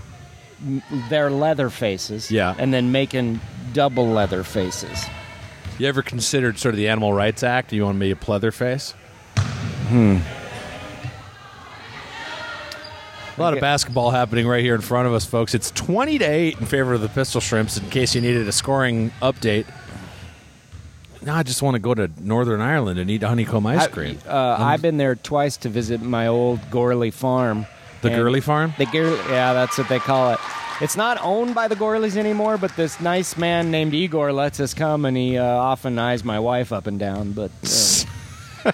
S2: m- their leather faces.
S3: Yeah.
S2: and then making double leather faces.
S3: You ever considered sort of the Animal Rights Act? You want to be a pleatherface? Hmm. A lot of
S2: Okay.
S3: basketball happening right here in front of us, folks. It's 20 to 8 in favor of the Pistol Shrimps, in case you needed a scoring update. Now I just want to go to Northern Ireland and eat honeycomb ice cream.
S2: I, uh, I've been there twice to visit my old Gorley farm.
S3: the
S2: And-
S3: Gurley Farm?
S2: The Gir- yeah, that's what they call it. It's not owned by the Gorleys anymore, but this nice man named Igor lets us come, and he uh, often eyes my wife up and down. But uh,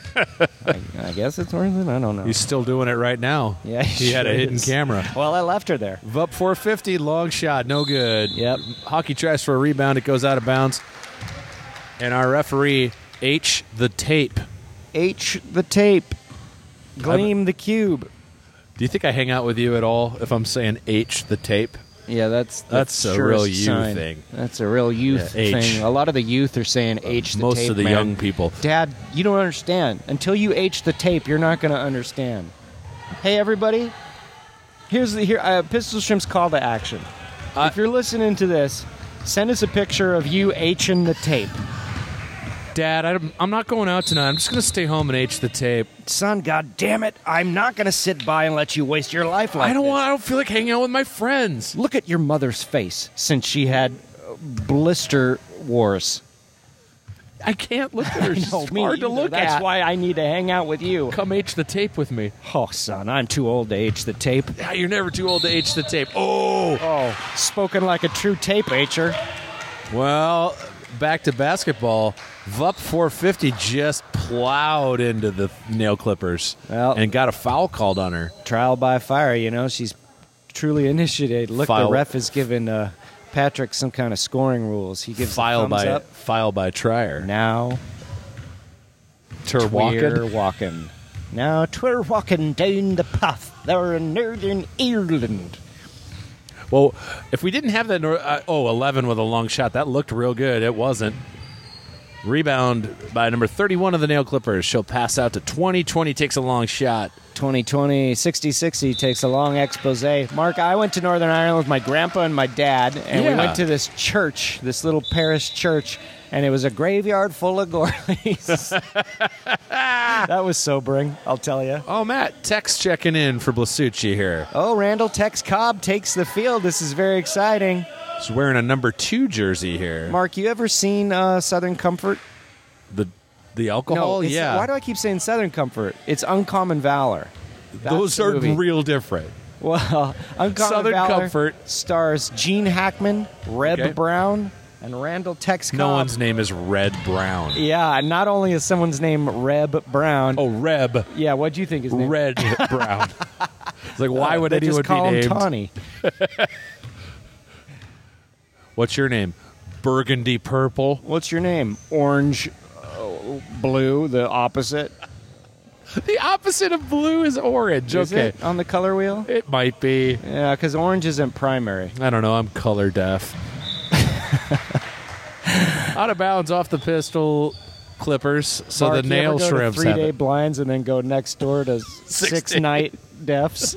S2: I, I guess it's worth it. I don't know.
S3: He's still doing it right now.
S2: Yeah,
S3: he, had
S2: sure
S3: a hidden
S2: is.
S3: camera.
S2: Well, I left her there.
S3: Vup 450, long shot, no good.
S2: Yep.
S3: Hockey tries for a rebound, it goes out of bounds. And our referee, H the tape.
S2: H the tape, gleam the cube.
S3: Do you think I hang out with you at all if I'm saying H the tape?
S2: Yeah, that's
S3: That's a
S2: surest
S3: real you
S2: sign.
S3: thing.
S2: That's a real youth
S3: Yeah, H.
S2: thing. A lot of the youth are saying H the
S3: Most
S2: tape,
S3: of the
S2: man.
S3: young people.
S2: Dad, you don't understand. Until you H the tape, you're not going to understand. Hey, everybody. Here's the here uh, Pistol Shrimp's call to action.
S3: Uh,
S2: if you're listening to this, send us a picture of you Hing the tape.
S3: Dad, I'm, I'm not going out tonight. I'm just going to stay home and H the tape.
S2: Son, god damn it, I'm not going to sit by and let you waste your life like
S3: I don't
S2: this.
S3: want. I don't feel like hanging out with my friends.
S2: Look at your mother's face since she had uh, blister wars.
S3: I can't look at her. It's
S2: No, me
S3: hard to
S2: either.
S3: look
S2: That's
S3: at.
S2: why I need to hang out with you.
S3: Come H the tape with me.
S2: Oh, son, I'm too old to H the tape.
S3: Ah, You're never too old to H the tape. Oh.
S2: Oh, spoken like a true tape H'er.
S3: Well, back to basketball. Vup 450 just plowed into the nail clippers
S2: Well-
S3: and got a foul called on her.
S2: Trial by fire, you know, she's truly initiated. Look,
S3: File-
S2: the ref is giving uh, Patrick some kind of scoring rules. He gives the
S3: File
S2: thumbs
S3: by
S2: up.
S3: file by Trier.
S2: Now,
S3: Ter
S2: we're
S3: walking.
S2: walking. Now, twere walking down the path. There in Northern Ireland.
S3: Well, if we didn't have that, nor- uh, oh, 11 with a long shot. That looked real good. It wasn't. Rebound by number 31 of the nail clippers. She'll pass out to 20. 20 takes a long shot.
S2: 2020 6060 takes a long expose. Mark, I went to Northern Ireland with my grandpa and my dad, and we
S3: Yeah.
S2: went to this church, this little parish church, and it was a graveyard full of Gorleys. that was sobering, I'll tell you.
S3: Oh, Matt, text checking in for Blasucci here.
S2: Oh, Randall Tex Cobb takes the field. This is very exciting.
S3: He's wearing a number two jersey here.
S2: Mark, you ever seen uh, Southern Comfort?
S3: the the alcohol,
S2: it's-
S3: yeah.
S2: Why do I keep saying Southern Comfort? It's Uncommon Valor. That's
S3: Those
S2: the
S3: are
S2: movie.
S3: real different.
S2: Well, Uncommon
S3: Southern
S2: Valor
S3: Comfort.
S2: stars Gene Hackman, Reb
S3: Okay.
S2: Brown, and Randall Tex Cobb.
S3: No one's name is Red Brown.
S2: Yeah, and not only is someone's name Reb Brown.
S3: Oh, Reb
S2: Yeah, what'd you think his name?
S3: Red Brown. it's like why would
S2: Uh, they
S3: anyone
S2: just call
S3: be
S2: him
S3: named?
S2: Tawny?
S3: What's your name? Burgundy Purple.
S2: What's your name? Orange uh, blue the opposite?
S3: The opposite of blue is orange.
S2: Is
S3: okay.
S2: it on the color wheel?
S3: It might be.
S2: Yeah, because orange isn't primary.
S3: I don't know. I'm color deaf. Out of bounds off the pistol clippers, so
S2: Mark,
S3: the
S2: you
S3: nail
S2: ever go to
S3: shrimps
S2: three
S3: have
S2: day
S3: it.
S2: blinds and then go next door to six,
S3: day.
S2: night deafs.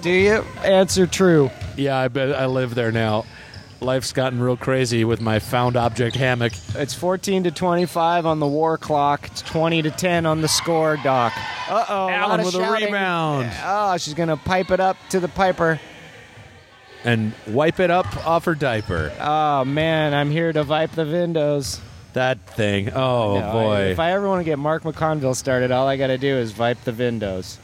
S2: Do you answer true?
S3: Yeah, I bet I live there now. Life's gotten real crazy with my found object hammock.
S2: It's fourteen to twenty-five on the war clock. It's twenty to ten on the score doc. Uh oh,
S3: Allen with a rebound
S2: Oh, she's gonna pipe it up to the piper.
S3: and wipe it up off her diaper.
S2: Oh man, I'm here to vipe the windows.
S3: That thing. Oh
S2: No, I-
S3: boy.
S2: if I ever want to get Mark McConville started, all I got to do is vipe the windows.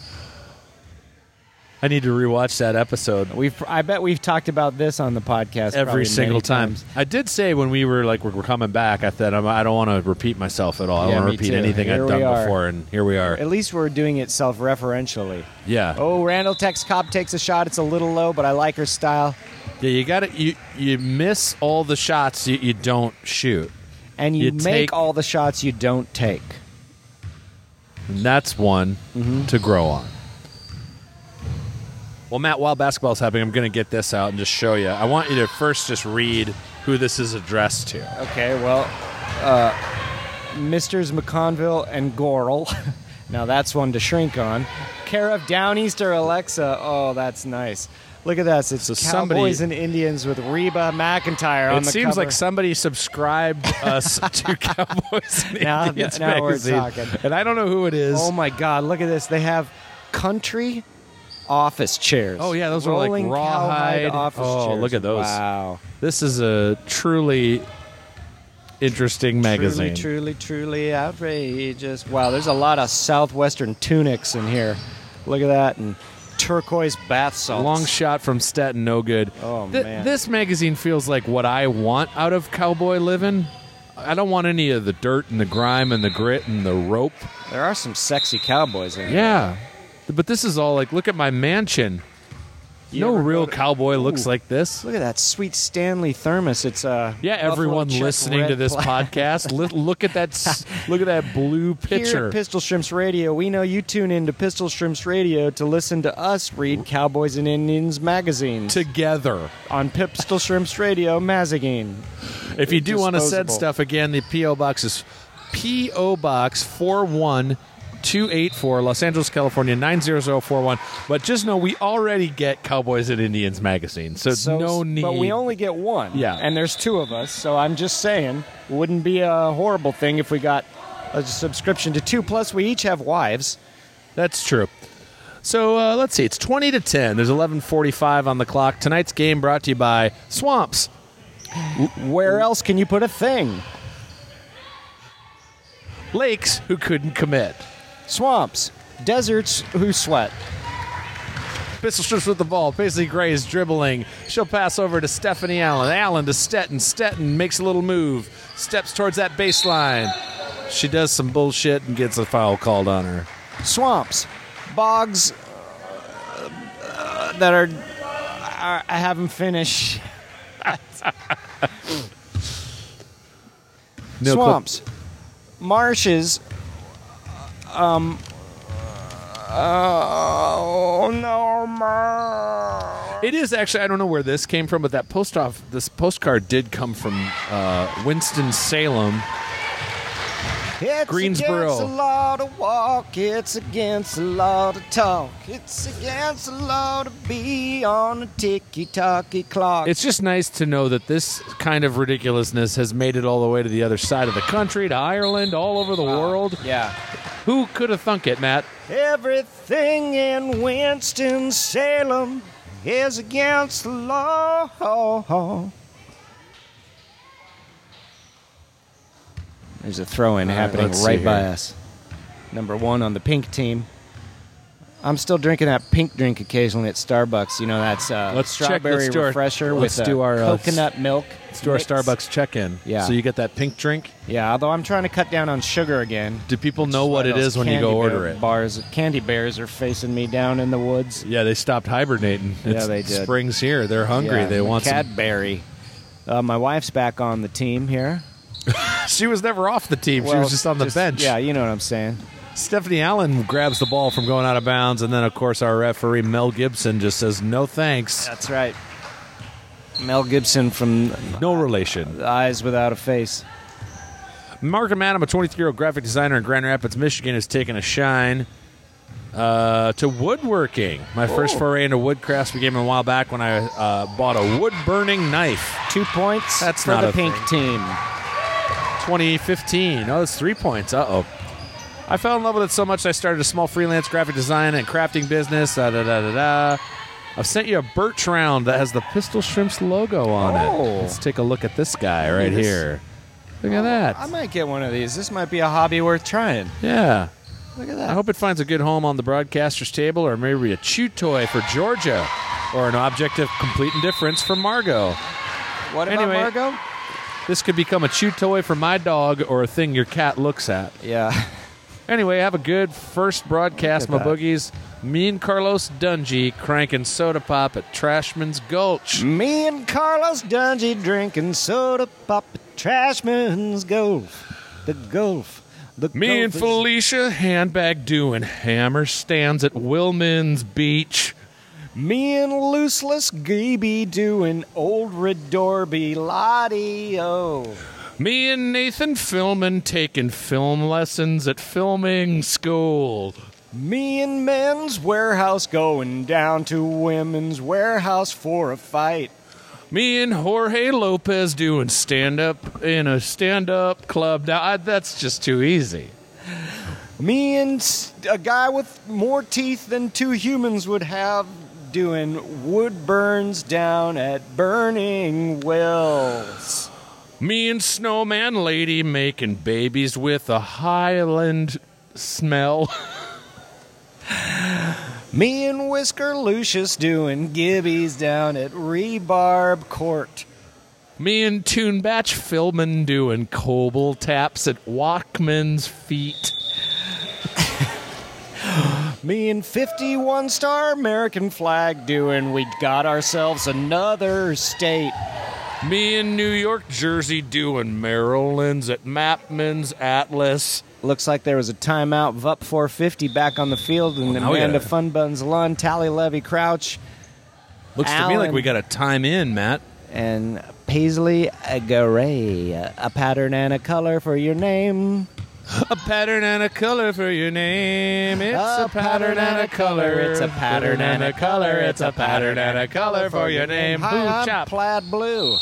S3: I need to rewatch that episode.
S2: We've, I bet we've talked about this on the podcast probably
S3: every single
S2: many
S3: time.
S2: times.
S3: I did say when we were like we're, we're coming back, I said I'm, I don't want to repeat myself at all. I
S2: Yeah,
S3: don't want
S2: me
S3: to repeat
S2: too.
S3: anything
S2: Here
S3: I've
S2: we
S3: done
S2: are.
S3: before, and here we are.
S2: At least we're doing it self-referentially.
S3: Yeah,
S2: Oh, Randall Tex Cobb takes a shot. It's a little low, but I like her style.
S3: yeah. You got to you you miss all the shots you, you don't shoot.
S2: And you,
S3: You
S2: make
S3: take-
S2: all the shots you don't take.
S3: And that's one
S2: Mm-hmm.
S3: to grow on. Well, Matt, while basketball's happening, I'm going to get this out and just show you. I want you to first just read who this is addressed to.
S2: Okay, well, uh, Misters McConville and Gorel. now that's one to shrink on. Care of Downeaster Alexa. Oh, that's nice. Look at this. It's
S3: So somebody-
S2: Cowboys and Indians with Reba McIntyre on
S3: it
S2: the
S3: seems
S2: cover.
S3: like somebody subscribed us to Cowboys and
S2: Now-
S3: Indians
S2: now we're
S3: magazine,
S2: talking.
S3: and I don't know who it is.
S2: Oh my God! Look at this. They have country office chairs.
S3: Oh, yeah, those are like
S2: Rolling cowhide
S3: rawhide.
S2: office
S3: Oh,
S2: chairs.
S3: look at those.
S2: Wow.
S3: This is a truly interesting magazine.
S2: Truly, truly, truly outrageous. Wow, there's a lot of southwestern tunics in here. Look at that, and turquoise bath salts.
S3: Long shot from Stetton, no good.
S2: Oh, man.
S3: This magazine feels like what I want out of cowboy living. I don't want any of the dirt and the grime and the grit and the rope.
S2: there are some sexy cowboys in here.
S3: Yeah. But this is all like, look at my mansion.
S2: You
S3: no
S2: ever go
S3: real
S2: to-
S3: cowboy looks
S2: Ooh.
S3: like this.
S2: Look at that sweet Stanley thermos. It's uh
S3: Yeah,
S2: Buffalo
S3: everyone
S2: Chick
S3: listening
S2: red
S3: to this
S2: pla-
S3: podcast, li- look at that s- look at that blue
S2: Here
S3: picture.
S2: at Pistol Shrimps Radio, we know you tune into Pistol Shrimps Radio to listen to us read Cowboys and Indians magazines
S3: together.
S2: on Pistol Shrimps Radio magazine.
S3: If you do want to send
S2: Disposable.
S3: stuff again, the PO box is PO Box 41284, Los Angeles, California 90041. But just know we already get Cowboys and Indians magazine, so,
S2: So,
S3: no need.
S2: But we only get one.
S3: Yeah.
S2: And there's two of us, so I'm just saying, wouldn't be a horrible thing if we got a subscription to two. Plus, we each have wives.
S3: That's true. So uh, let's see. It's 20 to 10. There's 11:45 on the clock. Tonight's game brought to you by Swamps. Mm.
S2: Where else can you put a thing?
S3: Lakes who couldn't commit.
S2: Swamps, deserts who sweat.
S3: Pistol strips with the ball. Paisley Gray is dribbling. She'll pass over to Stephanie Allen. Allen to Stetton. Stetton makes a little move. Steps towards that baseline. She does some bullshit and gets a foul called on her.
S2: Swamps, bogs uh, uh, that are, are. I haven't finished.
S3: Neil Clip-
S2: swamps, marshes. Um. uh, oh no, Mar-
S3: It is actually. I don't know where this came from, but that post off this postcard did come from uh, Winston Salem.
S2: It's
S3: Greensboro.
S2: against the law to walk. It's against the law to talk. It's against the law to be on a ticky tocky clock.
S3: It's just nice to know that this kind of ridiculousness has made it all the way to the other side of the country, to Ireland, all over the world.
S2: yeah.
S3: Who could have thunk it, Matt?
S2: Everything in Winston Salem is against the law. There's a throw in
S3: All right,
S2: happening
S3: let's see
S2: right by
S3: here.
S2: us. Number one on the pink team. I'm still drinking that pink drink occasionally at Starbucks. You know that's uh,
S3: Let's check- let's
S2: strawberry
S3: do our-
S2: refresher
S3: let's
S2: with
S3: do
S2: uh,
S3: our, uh,
S2: coconut milk.
S3: Let's do our
S2: mix.
S3: Starbucks check-in.
S2: Yeah.
S3: So you get that pink drink.
S2: Yeah, although I'm trying to cut down on sugar again.
S3: Do people know
S2: That's
S3: what
S2: why
S3: it
S2: those
S3: is when you
S2: candy
S3: go
S2: bear
S3: order it?
S2: Bars, candy bears are facing me down in the woods.
S3: Yeah, they stopped hibernating.
S2: Yeah, they did.
S3: Spring's here. They're hungry.
S2: Yeah,
S3: they want some.
S2: Cadbury. Uh, my wife's back on the team here.
S3: she was never off the team. she
S2: Well,
S3: was just on the bench.
S2: Yeah, you know what I'm saying.
S3: Stephanie Allen grabs the ball from going out of bounds, and then of course our referee Mel Gibson just says no thanks,
S2: That's right. Mel Gibson from
S3: no relation.
S2: Eyes Without a Face.
S3: Markham Adam, a 23-year-old graphic designer in Grand Rapids, Michigan, has taken a shine uh, to woodworking. My
S2: Oh.
S3: first foray into woodcrafts began a while back when I uh, bought a wood-burning knife.
S2: Two points
S3: That's
S2: for
S3: not
S2: the
S3: a
S2: pink team.
S3: 2015. Oh, that's three points. Uh oh. I fell in love with it so much I started a small freelance graphic design and crafting business. Da, da, da, da, da. I've sent you a birch round that has the Pistol Shrimps logo on
S2: Oh.
S3: it. Let's take a look at this guy right
S2: this-
S3: here. Look at that.
S2: I might get one of these. This might be a hobby worth trying.
S3: yeah.
S2: Look at
S3: I
S2: that.
S3: hope it finds a good home on the broadcaster's table or maybe a chew toy for Georgia or an object of complete indifference for Margot.
S2: What about
S3: Anyway.
S2: Margot?
S3: This could become a chew toy for my dog or a thing your cat looks at.
S2: Yeah.
S3: Anyway, have a good first broadcast, my
S2: Look at that.
S3: boogies. Me and Carlos Dungy cranking soda pop at Trashman's Gulch.
S2: Me and Carlos Dungy drinking soda pop at Trashman's Golf. The Golf. The
S3: Me and
S2: Golf is-
S3: Felicia handbag doing hammer stands at Wilman's Beach.
S2: Me and Looseless Gaby doing Old Redorby Lottie. Oh.
S3: Me and Nathan Filman taking film lessons at filming school.
S2: Me and men's warehouse going down to women's warehouse for a fight.
S3: Me and Jorge Lopez doing stand up in a stand up club. Now, I, that's just too easy.
S2: Me and s- a guy with more teeth than two humans would have doing wood burns down at Burning Wells.
S3: Me and Snowman Lady making babies with a Highland smell.
S2: Me and Whisker Lucius doing gibbies down at Rebarb Court.
S3: Me and Toonbatch Philman doing cobble taps at Walkman's feet.
S2: Me and 51 star American flag doing we got ourselves another state.
S3: Me and New York Jersey doing Maryland's at Mapman's Atlas.
S2: Looks like there was a timeout. Vup 450 back on the field, and
S3: now we
S2: Amanda
S3: gotta-
S2: Funbuns Lund, Tally Levy Crouch,
S3: Looks
S2: to me Allen. like we
S3: got a time in, Matt.
S2: and Paisley Garay. A pattern and a color for your name.
S3: A pattern and a color for your name. It's
S2: A
S3: a, pattern and a color.
S2: It's a pattern and a color.
S3: It's a pattern and a color for your name.
S2: Hi,
S3: Boo
S2: I'm
S3: chop.
S2: plaid blue.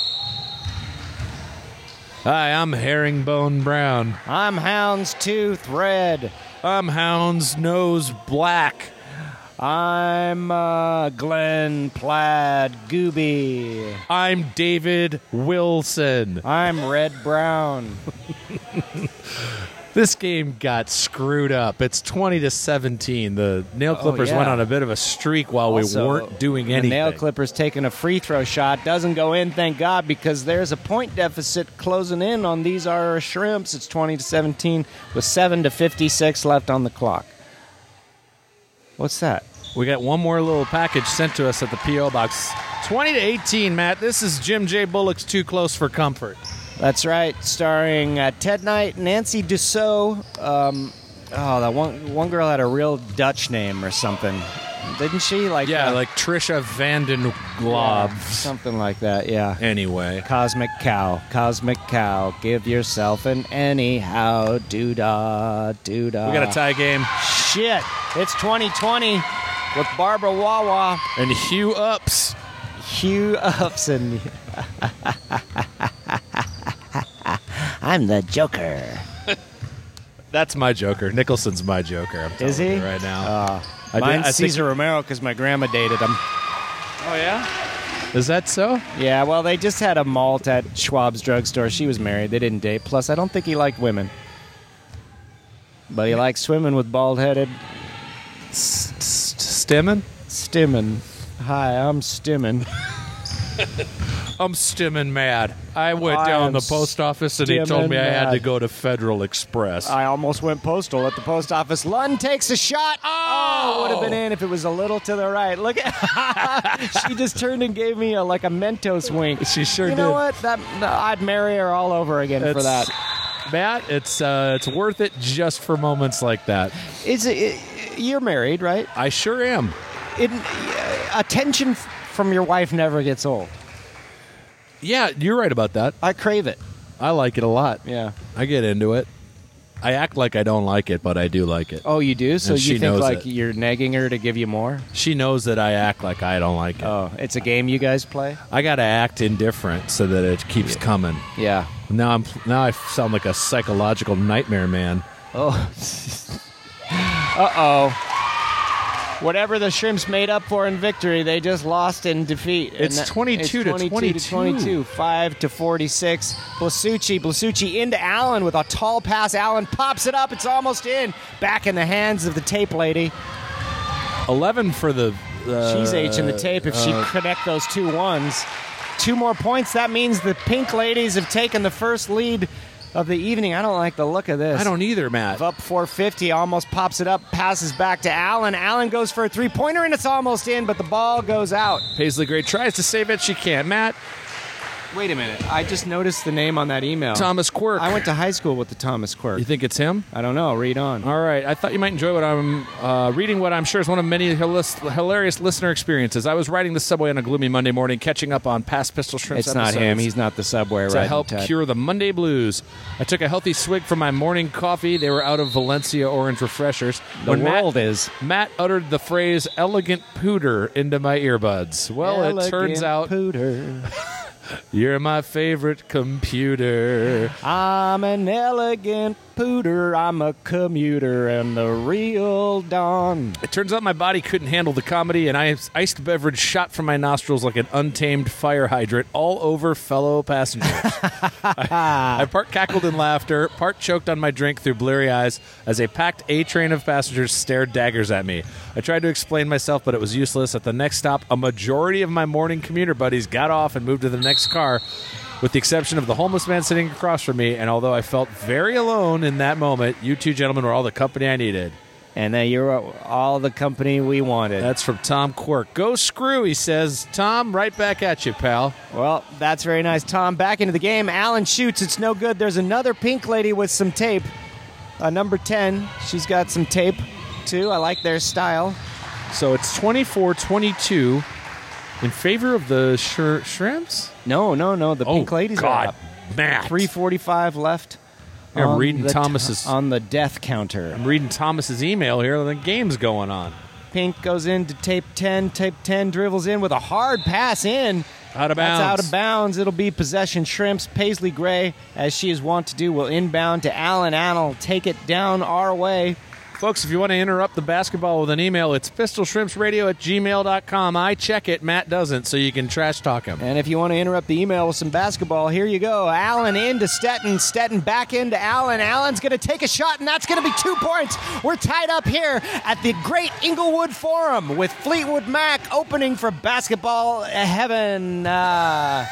S3: Hi, I'm Herringbone Brown.
S2: I'm houndstooth red.
S3: I'm Um Hound's Nose Black.
S2: I'm uh, Glenn Plaid Gooby.
S3: I'm David Wilson.
S2: I'm red brown.
S3: This game got screwed up. It's 20 to 17. The Nail Clippers
S2: Oh, yeah.
S3: went on a bit of a streak while
S2: Also,
S3: we weren't doing
S2: the
S3: anything.
S2: nail clippers taking a free throw shot doesn't go in. Thank God because there's a point deficit closing in on these are shrimps. It's twenty to seventeen with seven to fifty six left on the clock. What's that?
S3: we got one more little package sent to us at the P.O. Box. 20 to 18, Matt. This is Jim J. Bullock's Too Close for Comfort.
S2: That's right, starring uh, Ted Knight, Nancy Dussault. Um, oh, that one one girl had a real Dutch name or something, didn't she? Like
S3: Yeah,
S2: uh,
S3: like Trisha Vanden Glob.
S2: yeah, something like that. Yeah.
S3: Anyway.
S2: Cosmic cow, cosmic cow, give yourself an anyhow, doo da, doo da.
S3: We got a tie game.
S2: Shit, it's 2020 with Barbara Wawa,
S3: And Hugh Ups.
S2: Hugh Upson. I'm the Joker.
S3: That's my joker. Nicholson's my joker. I'm telling
S2: Is he?
S3: you right now.
S2: Uh,
S3: I did-
S2: mine's
S3: I think-
S2: Caesar Romero because my grandma dated him.
S3: oh, yeah? Is that so?
S2: Yeah, well, they just had a malt at Schwab's drugstore. She was married. They didn't date. Plus, I don't think he liked women. But he likes swimming with bald headed
S3: Stimmin'?
S2: Stimmin. Hi, I'm Stimmin.
S3: I'm stimming mad. I went
S2: I
S3: down
S2: am
S3: the post office and he told
S2: stimming
S3: me I had
S2: mad.
S3: to go to Federal Express.
S2: I almost went postal at the post office. Lund takes a shot. Oh, would have been in if it was a little to the right. Look at she just turned and gave me a, like a Mentos wink.
S3: Oh! she sure
S2: You know what? That I'd marry her all over again for that.
S3: That's- Matt, it's uh, it's worth it just for moments like that.
S2: Is it, it- you're married, right?
S3: I sure am.
S2: It, uh, attention f- from your wife never gets old.
S3: Yeah, you're right about that.
S2: I crave it.
S3: I like it a lot.
S2: Yeah.
S3: I get into it. I act like I don't like it, but I do like it.
S2: Oh, you do. So
S3: And
S2: you
S3: she
S2: think
S3: knows
S2: like
S3: it.
S2: you're nagging her to give you more?
S3: She knows that I act like I don't like it.
S2: Oh, it's a game you guys play.
S3: I gotta act indifferent so that it keeps coming.
S2: Yeah.
S3: Now I'm now I sound like a psychological nightmare man.
S2: Oh. uh oh. Whatever the shrimps made up for in victory, they just lost in defeat. And
S3: It's
S2: that-
S3: 22 to
S2: 22
S3: 22.
S2: 22, 5 to 46. Blasucci, Blasucci into Allen with a tall pass. Allen pops it up. It's almost in. Back in the hands of the tape lady.
S3: Eleven for the. Uh,
S2: She's H in the tape if she connect those two ones. Two more points. That means the Pink Ladies have taken the first lead of the evening. I don't like the look of this.
S3: I don't either, Matt.
S2: Up 450, almost pops it up, passes back to Allen. Allen goes for a three pointer and it's almost in, but the ball goes out.
S3: Paisley Gray tries to save it. She can't. Matt
S2: Oh. Wait a minute. I just noticed the name on that email.
S3: Thomas Quirk.
S2: I went to high school with the Thomas Quirk.
S3: You think it's him?
S2: I don't know. Read on.
S3: All right. I thought you might enjoy what I'm uh, reading, what I'm sure is one of many hilis- hilarious listener experiences. I was riding the subway on a gloomy Monday morning, catching up on past Pistol Shrimps
S2: It's not him.
S3: episodes.
S2: He's not the subway
S3: to
S2: right
S3: help cure the Monday blues. I took a healthy swig from my morning coffee. They were out of Valencia orange refreshers.
S2: The world
S3: Matt,
S2: is.
S3: Matt uttered the phrase "elegant pooter" into my earbuds. Well, it turns out
S2: Pooter.
S3: you're my favorite computer.
S2: I'm an elegant pooter. I'm a commuter and the real Don.
S3: It turns out my body couldn't handle the comedy, and I iced beverage shot from my nostrils like an untamed fire hydrant all over fellow passengers. I, I part cackled in laughter, part choked on my drink through bleary eyes as a packed A train of passengers stared daggers at me. I tried to explain myself, but it was useless. At the next stop, a majority of my morning commuter buddies got off and moved to the next car. With the exception of the homeless man sitting across from me, and although I felt very alone in that moment, you two gentlemen were all the company I needed.
S2: And that you're all the company we wanted.
S3: That's from Tom Quirk. Go screw, he says. Tom, right back at you, pal.
S2: Well, that's very nice, Tom. Back into the game. Allen shoots. It's no good. There's another pink lady with some tape. Uh, number 10. She's got some tape, too. I like their style.
S3: So it's 24 22 in favor of the shir- shrimps?
S2: No, no, no. The pink
S3: oh,
S2: ladies
S3: God.
S2: are up.
S3: Matt.
S2: 345 left.
S3: I'm
S2: on
S3: reading
S2: the t-
S3: Thomas's-
S2: on the death counter.
S3: I'm reading Thomas's email here. The game's going on.
S2: Pink goes into tape 10. Tape 10 dribbles in with a hard pass in.
S3: Out of
S2: That's
S3: bounds.
S2: out of bounds. It'll be possession shrimps. Paisley Gray, as she is wont to do, will inbound to Allen. Allen will take it down our way.
S3: Folks, if you want to interrupt the basketball with an email, it's pistolshrimpsradio at gmail.com. I check it. Matt doesn't, so you can trash talk him.
S2: And if you want to interrupt the email with some basketball, here you go. Allen into Stetton. Stetton back into Allen. Allen's going to take a shot, and that's going to be two points. We're tied up here at the Great Inglewood Forum with Fleetwood Mac opening for basketball heaven. Uh,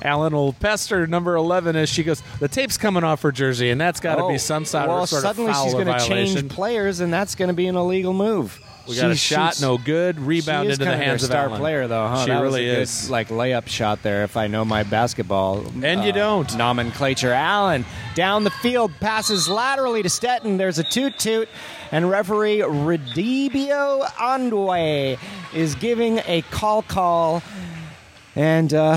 S3: Alan will pester number 11 as she goes, The tape's coming off her jersey, and that's got to
S2: oh,
S3: be some sort,
S2: well,
S3: sort
S2: suddenly
S3: of foul
S2: she's
S3: or
S2: gonna
S3: violation.
S2: change players, and that's going to be an illegal move.
S3: We got a
S2: She
S3: shot,
S2: shoots-
S3: no good. Rebound
S2: she is
S3: into the
S2: kind of
S3: hands
S2: their
S3: of
S2: star
S3: Allen.
S2: player, though. Huh?
S3: She
S2: That was
S3: really
S2: a good,
S3: is.
S2: like layup shot there. If I know my basketball, uh,
S3: And you don't.
S2: nomenclature. Allen down the field, passes laterally to Stetton. There's a toot toot, and referee Redibio Andwe is giving a call call, and. Uh,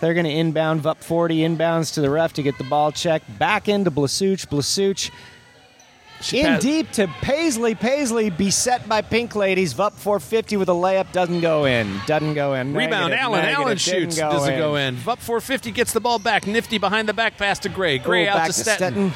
S2: they're going to inbound, up 40, inbounds to the ref to get the ball checked. Back into Blasuch. Blasuch in
S3: pa-
S2: deep to Paisley. Paisley beset by Pink Ladies. Vup 450 with a layup. Doesn't go in. Doesn't go in.
S3: Rebound,
S2: Negative,
S3: Allen.
S2: negative,
S3: Allen
S2: didn't
S3: shoots. doesn't go in. Vup 450 gets the ball back. Nifty behind the back pass to Gray. Gray
S2: Ooh,
S3: out
S2: back
S3: to Stetton.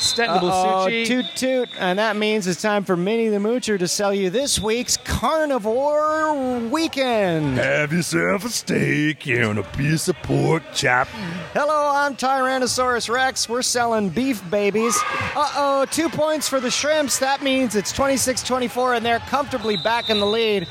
S3: Stetton
S2: Uh-oh,
S3: Blasucci.
S2: toot toot. And that means it's time for Minnie the Moocher to sell you this week's Carnivore Weekend.
S1: Have yourself a steak and a piece of pork chop.
S2: Hello, I'm Tyrannosaurus Rex. We're selling beef babies. Uh oh, two points for the shrimps. That means it's 26 24, and they're comfortably back in the lead.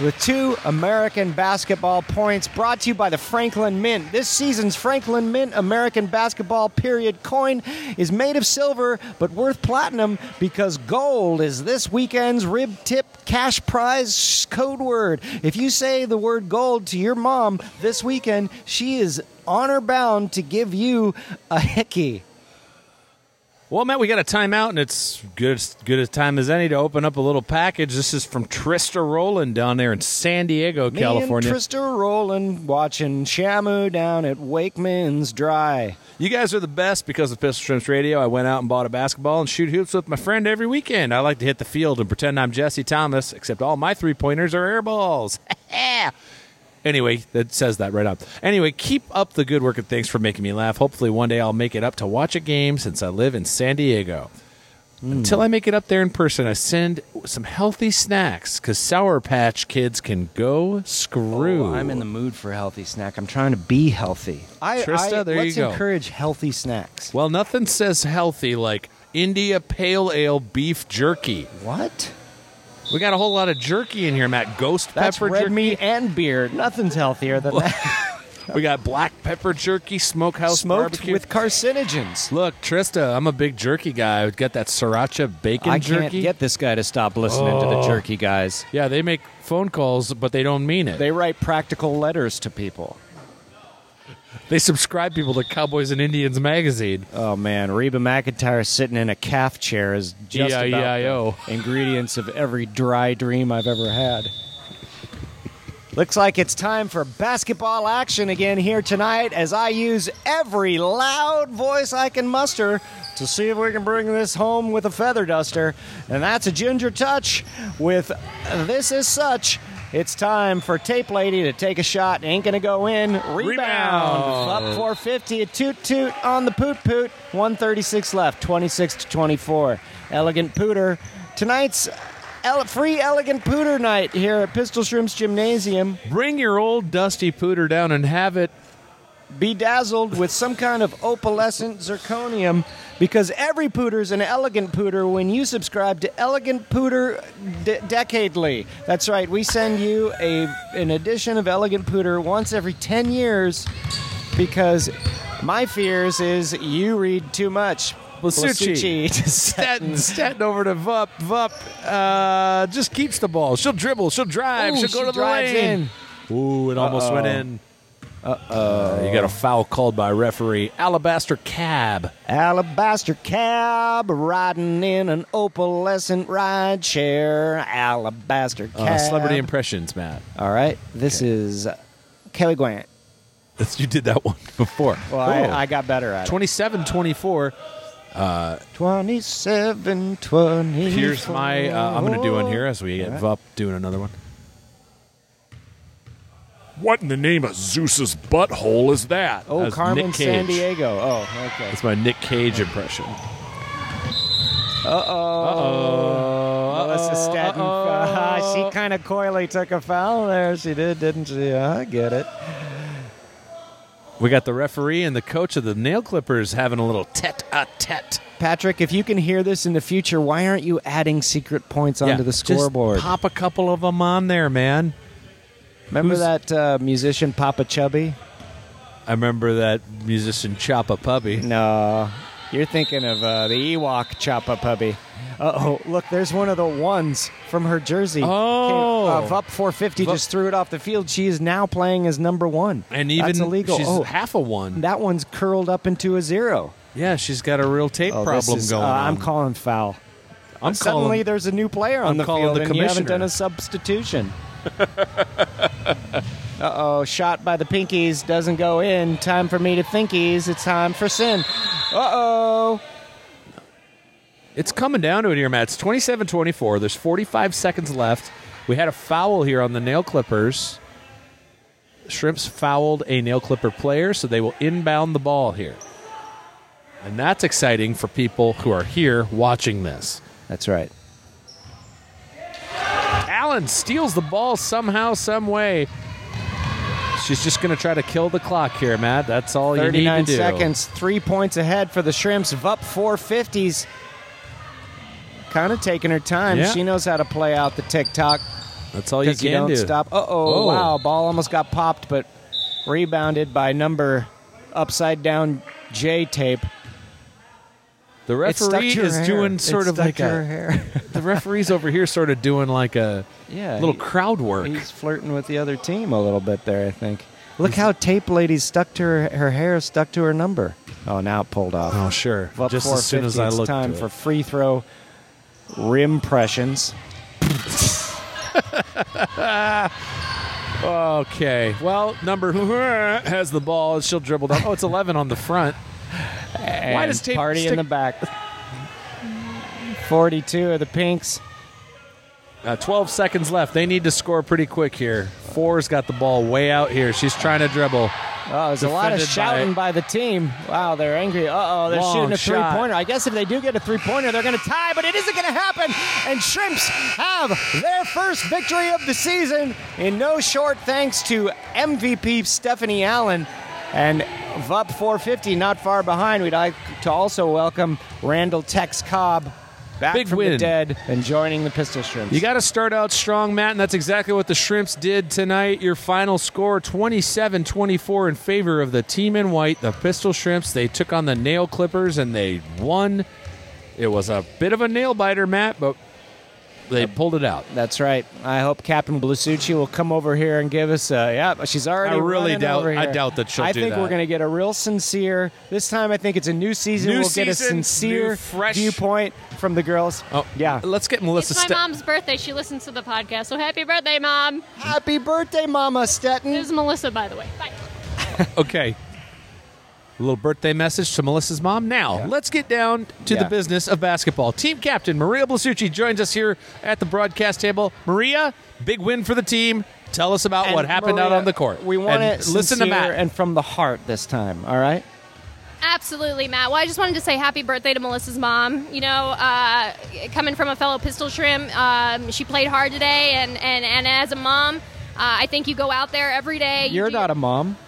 S2: with two American basketball points brought to you by the Franklin Mint. This season's Franklin Mint American basketball period coin is made of silver but worth platinum because gold is this weekend's rib tip cash prize code word. If you say the word gold to your mom this weekend, she is honor bound to give you a hickey.
S3: Well, Matt, we got a timeout, and it's good as good as time as any to open up a little package. This is from Trista Roland down there in San Diego, California.
S2: Me and Trista Roland watching Shamu down at Wakeman's Dry.
S3: you guys are the best because of Pistol Shrimps Radio. I went out and bought a basketball and shoot hoops with my friend every weekend. I like to hit the field and pretend I'm Jesse Thomas, except all my three pointers are air balls. Anyway, that says that right up. Anyway, keep up the good work and thanks for making me laugh. Hopefully, one day I'll make it up to watch a game since I live in San Diego. Until I make it up there in person, I send some healthy snacks because Sour Patch kids can go screw.
S2: Oh, I'm in the mood for a healthy snack. I'm trying to be healthy. I,
S3: Trista,
S2: I-
S3: there you
S2: let's
S3: go.
S2: encourage healthy snacks.
S3: Well, nothing says healthy like India Pale Ale Beef Jerky.
S2: What?
S3: We got a whole lot of jerky in here, Matt. Ghost
S2: That's
S3: pepper
S2: red
S3: jerky.
S2: meat and beer. Nothing's healthier than that.
S3: We got black pepper jerky, smokehouse
S2: Smoked
S3: barbecue.
S2: with carcinogens.
S3: Look, Trista, I'm a big jerky guy. I would get that sriracha bacon
S2: I
S3: jerky.
S2: can't get this guy to stop listening to the jerky guys.
S3: Yeah, they make phone calls, but they don't mean it. They,
S2: They write practical letters to people.
S3: subscribe people to Cowboys and Indians magazine.
S2: Oh man, Reba McIntyre sitting in a calf chair is just about
S3: E-I-E-I-O.
S2: the ingredients of every dry dream I've ever had. Looks like it's time for basketball action again here tonight as I use every loud voice I can muster to see if we can bring this home with a feather duster. And that's a ginger touch with This Is Such. It's time for Tape Lady to take a shot. Ain't gonna go in. Rebound.
S3: Rebound.
S2: Up 450. A toot toot on the poot poot. 136 left. 26 to 24. Elegant pooter. Tonight's ele- free elegant pooter night here at Pistol Shrimps Gymnasium.
S3: Bring your old dusty pooter down and have it.
S2: bedazzled with some kind of opalescent zirconium because every pooter's an elegant pooter when you subscribe to elegant pooter de- decadely that's right we send you a an edition of elegant pooter once every 10 years because my fears is you read too much
S3: Blasucci.
S2: Blasucci.
S3: Statin, statin over to Vup. Vup uh, just keeps the ball. She'll dribble. She'll drive.
S2: Ooh,
S3: she'll go
S2: she
S3: to the
S2: drives
S3: lane. Ooh, it almost went in. Uh oh. You got a foul called by referee Alabaster Cab.
S2: Alabaster cab riding in an opalescent ride chair. Alabaster cab.
S3: Uh, celebrity impressions, Matt.
S2: All right. This is Kelly Grant.
S3: That's, you did that one before.
S2: Well,
S3: Cool.
S2: I, I got better at it.
S3: 27 24.
S2: 27, 20.
S3: Here's my. Uh, I'm going to do one here as we get Vup doing another one.
S1: What in the name of Zeus's butthole is that?
S2: Oh,
S3: That's
S2: Carmen
S3: Nick Cage.
S2: San Diego. Oh, okay.
S3: That's my Nick Cage impression. Uh,
S2: Melissa Staten. she kind of coyly took a foul there. She did, didn't she? Uh, I get it.
S3: We got the referee and the coach of the Nail Clippers having a little tete a tete.
S2: Patrick, if you can hear this in the future, why aren't you adding secret points onto the scoreboard?
S3: Just pop a couple of them on there, man.
S2: Remember
S3: who's-
S2: that uh, musician Papa Chubby?
S3: I remember that musician Choppa Puppy.
S2: No, you're thinking of uh, the Ewok Choppa Puppy. Uh oh, look, there's one of the ones from her jersey.
S3: Oh.
S2: Came- uh, up 450 just threw it off the field. She is now playing as number one.
S3: And even
S2: That's illegal.
S3: she's
S2: oh,
S3: half a one.
S2: that one's curled up into a zero.
S3: yeah, she's got a real tape
S2: Oh, this
S3: problem
S2: is-
S3: going
S2: uh,
S3: on.
S2: I'm calling foul.
S3: I'm
S2: Suddenly,
S3: calling.
S2: there's a new player on
S3: I'm
S2: the
S3: calling
S2: field,
S3: the
S2: and you haven't
S3: commissioner.
S2: done a substitution. uh oh, shot by the pinkies doesn't go in. Time for me to thinkies. It's time for sin. Uh oh.
S3: It's coming down to it here, Matt. It's 27 24. There's 45 seconds left. We had a foul here on the nail clippers. Shrimps fouled a nail clipper player, so they will inbound the ball here. And that's exciting for people who are here watching this.
S2: That's right.
S3: Allen steals the ball somehow, some way. She's just going to try to kill the clock here, Matt. That's all you need to
S2: 39
S3: do.
S2: seconds, three points ahead for the Shrimps. Vup 450s. Kind of taking her time.
S3: Yeah.
S2: She knows how to play out the tick tock.
S3: That's all you
S2: Because
S3: can
S2: you don't
S3: do.
S2: stop. Uh
S3: Oh.
S2: oh! Wow, ball almost got popped, but rebounded by number upside down J tape.
S3: The
S2: It stuck
S3: referee
S2: to her
S3: is
S2: hair.
S3: doing
S2: It
S3: sort of
S2: stuck
S3: like
S2: to her
S3: a.
S2: hair.
S3: The referee's over here, sort of doing like a
S2: yeah,
S3: little
S2: he-
S3: crowd work.
S2: He's flirting with the other team a little bit there. I think. Look how tape lady stuck to her, her hair, stuck to her number. Oh, now it pulled off.
S3: Oh, sure.
S2: Up
S3: Just as soon as
S2: 450,
S3: I
S2: it's
S3: looked
S2: time
S3: to it.
S2: for free throw rim pressions.
S3: Okay. Well, number has the ball. She'll dribble down. Oh, it's 11 on the front.
S2: and
S3: does tape
S2: party
S3: stick-
S2: in the back? Forty-two of the pinks.
S3: Uh, 12 seconds left. They need to score pretty quick here. Four's got the ball way out here. She's trying to dribble.
S2: Oh, there's a lot of
S3: Defended by-
S2: shouting by, the team. Wow, they're angry. Uh oh, they're
S3: Long
S2: shooting a
S3: shot.
S2: three pointer. I guess if they do get a three pointer, they're going to tie, but it isn't going to happen. And Shrimps have their first victory of the season in no short thanks to MVP Stephanie Allen. And VUP 450, not far behind. We'd like to also welcome Randall Tex Cobb back
S3: Big
S2: from the
S3: win.
S2: dead and joining the Pistol Shrimps.
S3: You got to start out strong, Matt, and that's exactly what the Shrimps did tonight. Your final score 27 24 in favor of the team in white, the Pistol Shrimps. They took on the Nail Clippers and they won. It was a bit of a nail biter, Matt, but they pulled it out.
S2: That's right. I hope Captain Blasucci will come over here and give us a. Yeah, she's already.
S3: I really
S2: running
S3: doubt-
S2: over here.
S3: I doubt that she'll
S2: I
S3: do
S2: think
S3: that.
S2: we're going to get a real sincere. This time, I think it's a new season.
S3: New
S2: we'll get a
S3: season,
S2: sincere
S3: new fresh-
S2: viewpoint from the girls.
S3: Oh,
S2: yeah.
S3: Let's get Melissa
S6: It's my
S3: Ste-
S6: mom's birthday. She listens to the podcast. So happy birthday, mom.
S2: Happy birthday, Mama Stetton.
S6: This is Melissa, by the way. Bye.
S3: Okay. A little birthday message to Melissa's mom. Now, let's get down to the
S2: Yeah.
S3: business of basketball. Team captain Maria Blasucci joins us here at the broadcast table. Maria, big win for the team. Tell us about what
S2: And
S3: happened out
S2: Maria,
S3: on the court.
S2: We want
S3: And
S2: it
S3: Listen to
S2: sincere
S3: Matt.
S2: and from the heart this time. All right.
S6: Absolutely, Matt. Well, I just wanted to say happy birthday to Melissa's mom. You know, uh, coming from a fellow Pistol Shrimp, um, she played hard today, and, and, and as a mom, uh, I think you go out there every day.
S2: You're not a mom.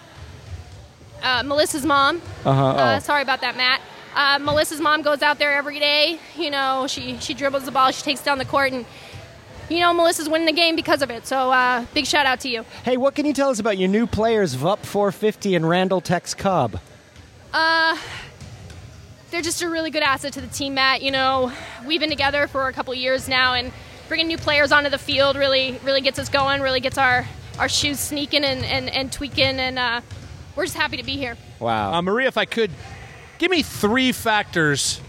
S6: uh, Melissa's mom.
S2: Uh huh.
S6: Uh, sorry about that, Matt. Uh, Melissa's mom goes out there every day. You know, she she dribbles the ball, she takes down the court, and you know Melissa's winning the game because of it. So uh, big shout out to you.
S2: Hey, what can you tell us about your new players, VUP 450 and Randall Tex Cobb?
S6: they're just a really good asset to the team, Matt. You know, we've been together for a couple years now, and bringing new players onto the field really, really gets us going. Really gets our our shoes sneaking and and, and tweaking, and uh, we're just happy to be here.
S2: Wow.
S3: Uh, Maria, if I could, give me three factors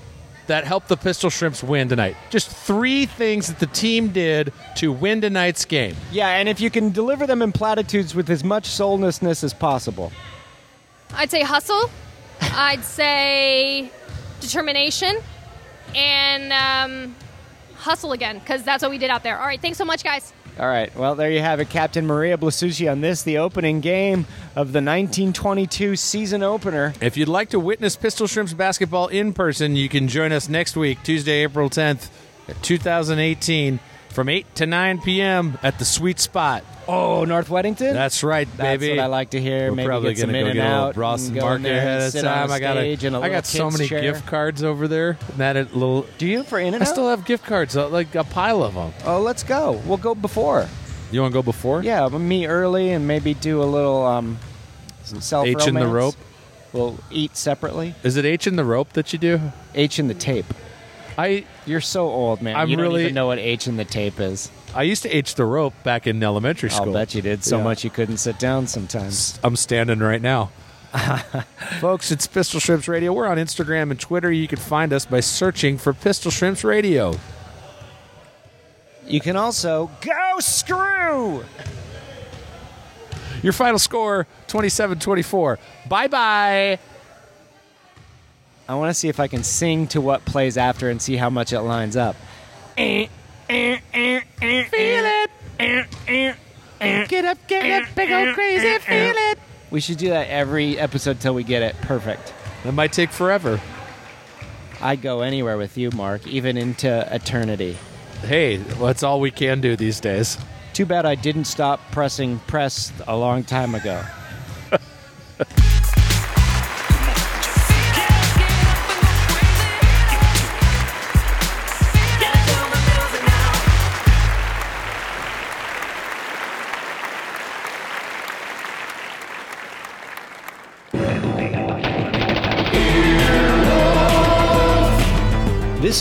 S3: that helped the Pistol Shrimps win tonight. Just three things that the team did to win tonight's game.
S2: yeah, and if you can deliver them in platitudes with as much soullessness as possible.
S6: I'd say hustle. I'd say determination, and um, hustle again because that's what we did out there. All right, thanks so much, guys.
S2: All right. Well, there you have it, Captain Maria Blasucci on this, the opening game of the 1922 season opener.
S3: If you'd like to witness Pistol Shrimps basketball in person, you can join us next week, Tuesday, April 10th, 2018, from 8 to 9 p.m. at the Sweet Spot.
S2: Oh, North Weddington.
S3: That's right,
S2: That's
S3: baby.
S2: what I like to hear.
S3: We're
S2: Maybe
S3: probably
S2: get some
S3: gonna
S2: in
S3: go
S2: and
S3: get a
S2: out
S3: little Ross
S2: and
S3: and
S2: go
S3: Mark
S2: in
S3: there
S2: there and
S3: ahead of
S2: sit on
S3: time.
S2: a
S3: I got
S2: stage in a
S3: I
S2: little
S3: got so
S2: kid's
S3: many
S2: chair.
S3: gift cards over there. That it- little.
S2: Do you for In and
S3: I
S2: Out?
S3: still have gift cards, uh, like a pile of them.
S2: oh, let's go. We'll go before.
S3: You want to go before?
S2: Yeah, me early and maybe do a little um, self
S3: H in the rope.
S2: We'll eat separately.
S3: Is it H in the rope that you do?
S2: H in the tape.
S3: I
S2: You're so old, man.
S3: I'm
S2: you don't
S3: really-
S2: even know what H in the tape is.
S3: I used to H the rope back in elementary school.
S2: I'll bet you did so
S3: Yeah.
S2: much you couldn't sit down sometimes.
S3: I'm standing right now. Folks, it's Pistol Shrimps Radio. We're on Instagram and Twitter. You can find us by searching for Pistol Shrimps Radio.
S2: You can also go screw.
S3: Your final score 27 24. Bye bye.
S2: I want to see if I can sing to what plays after and see how much it lines up.
S3: Feel it. Get up, get up, big old crazy. Feel it.
S2: We should do that every episode till we get it perfect.
S3: That might take forever.
S2: I'd go anywhere with you, Mark, even into eternity.
S3: Hey, that's all we can do these days.
S2: Too bad I didn't stop pressing press a long time ago. This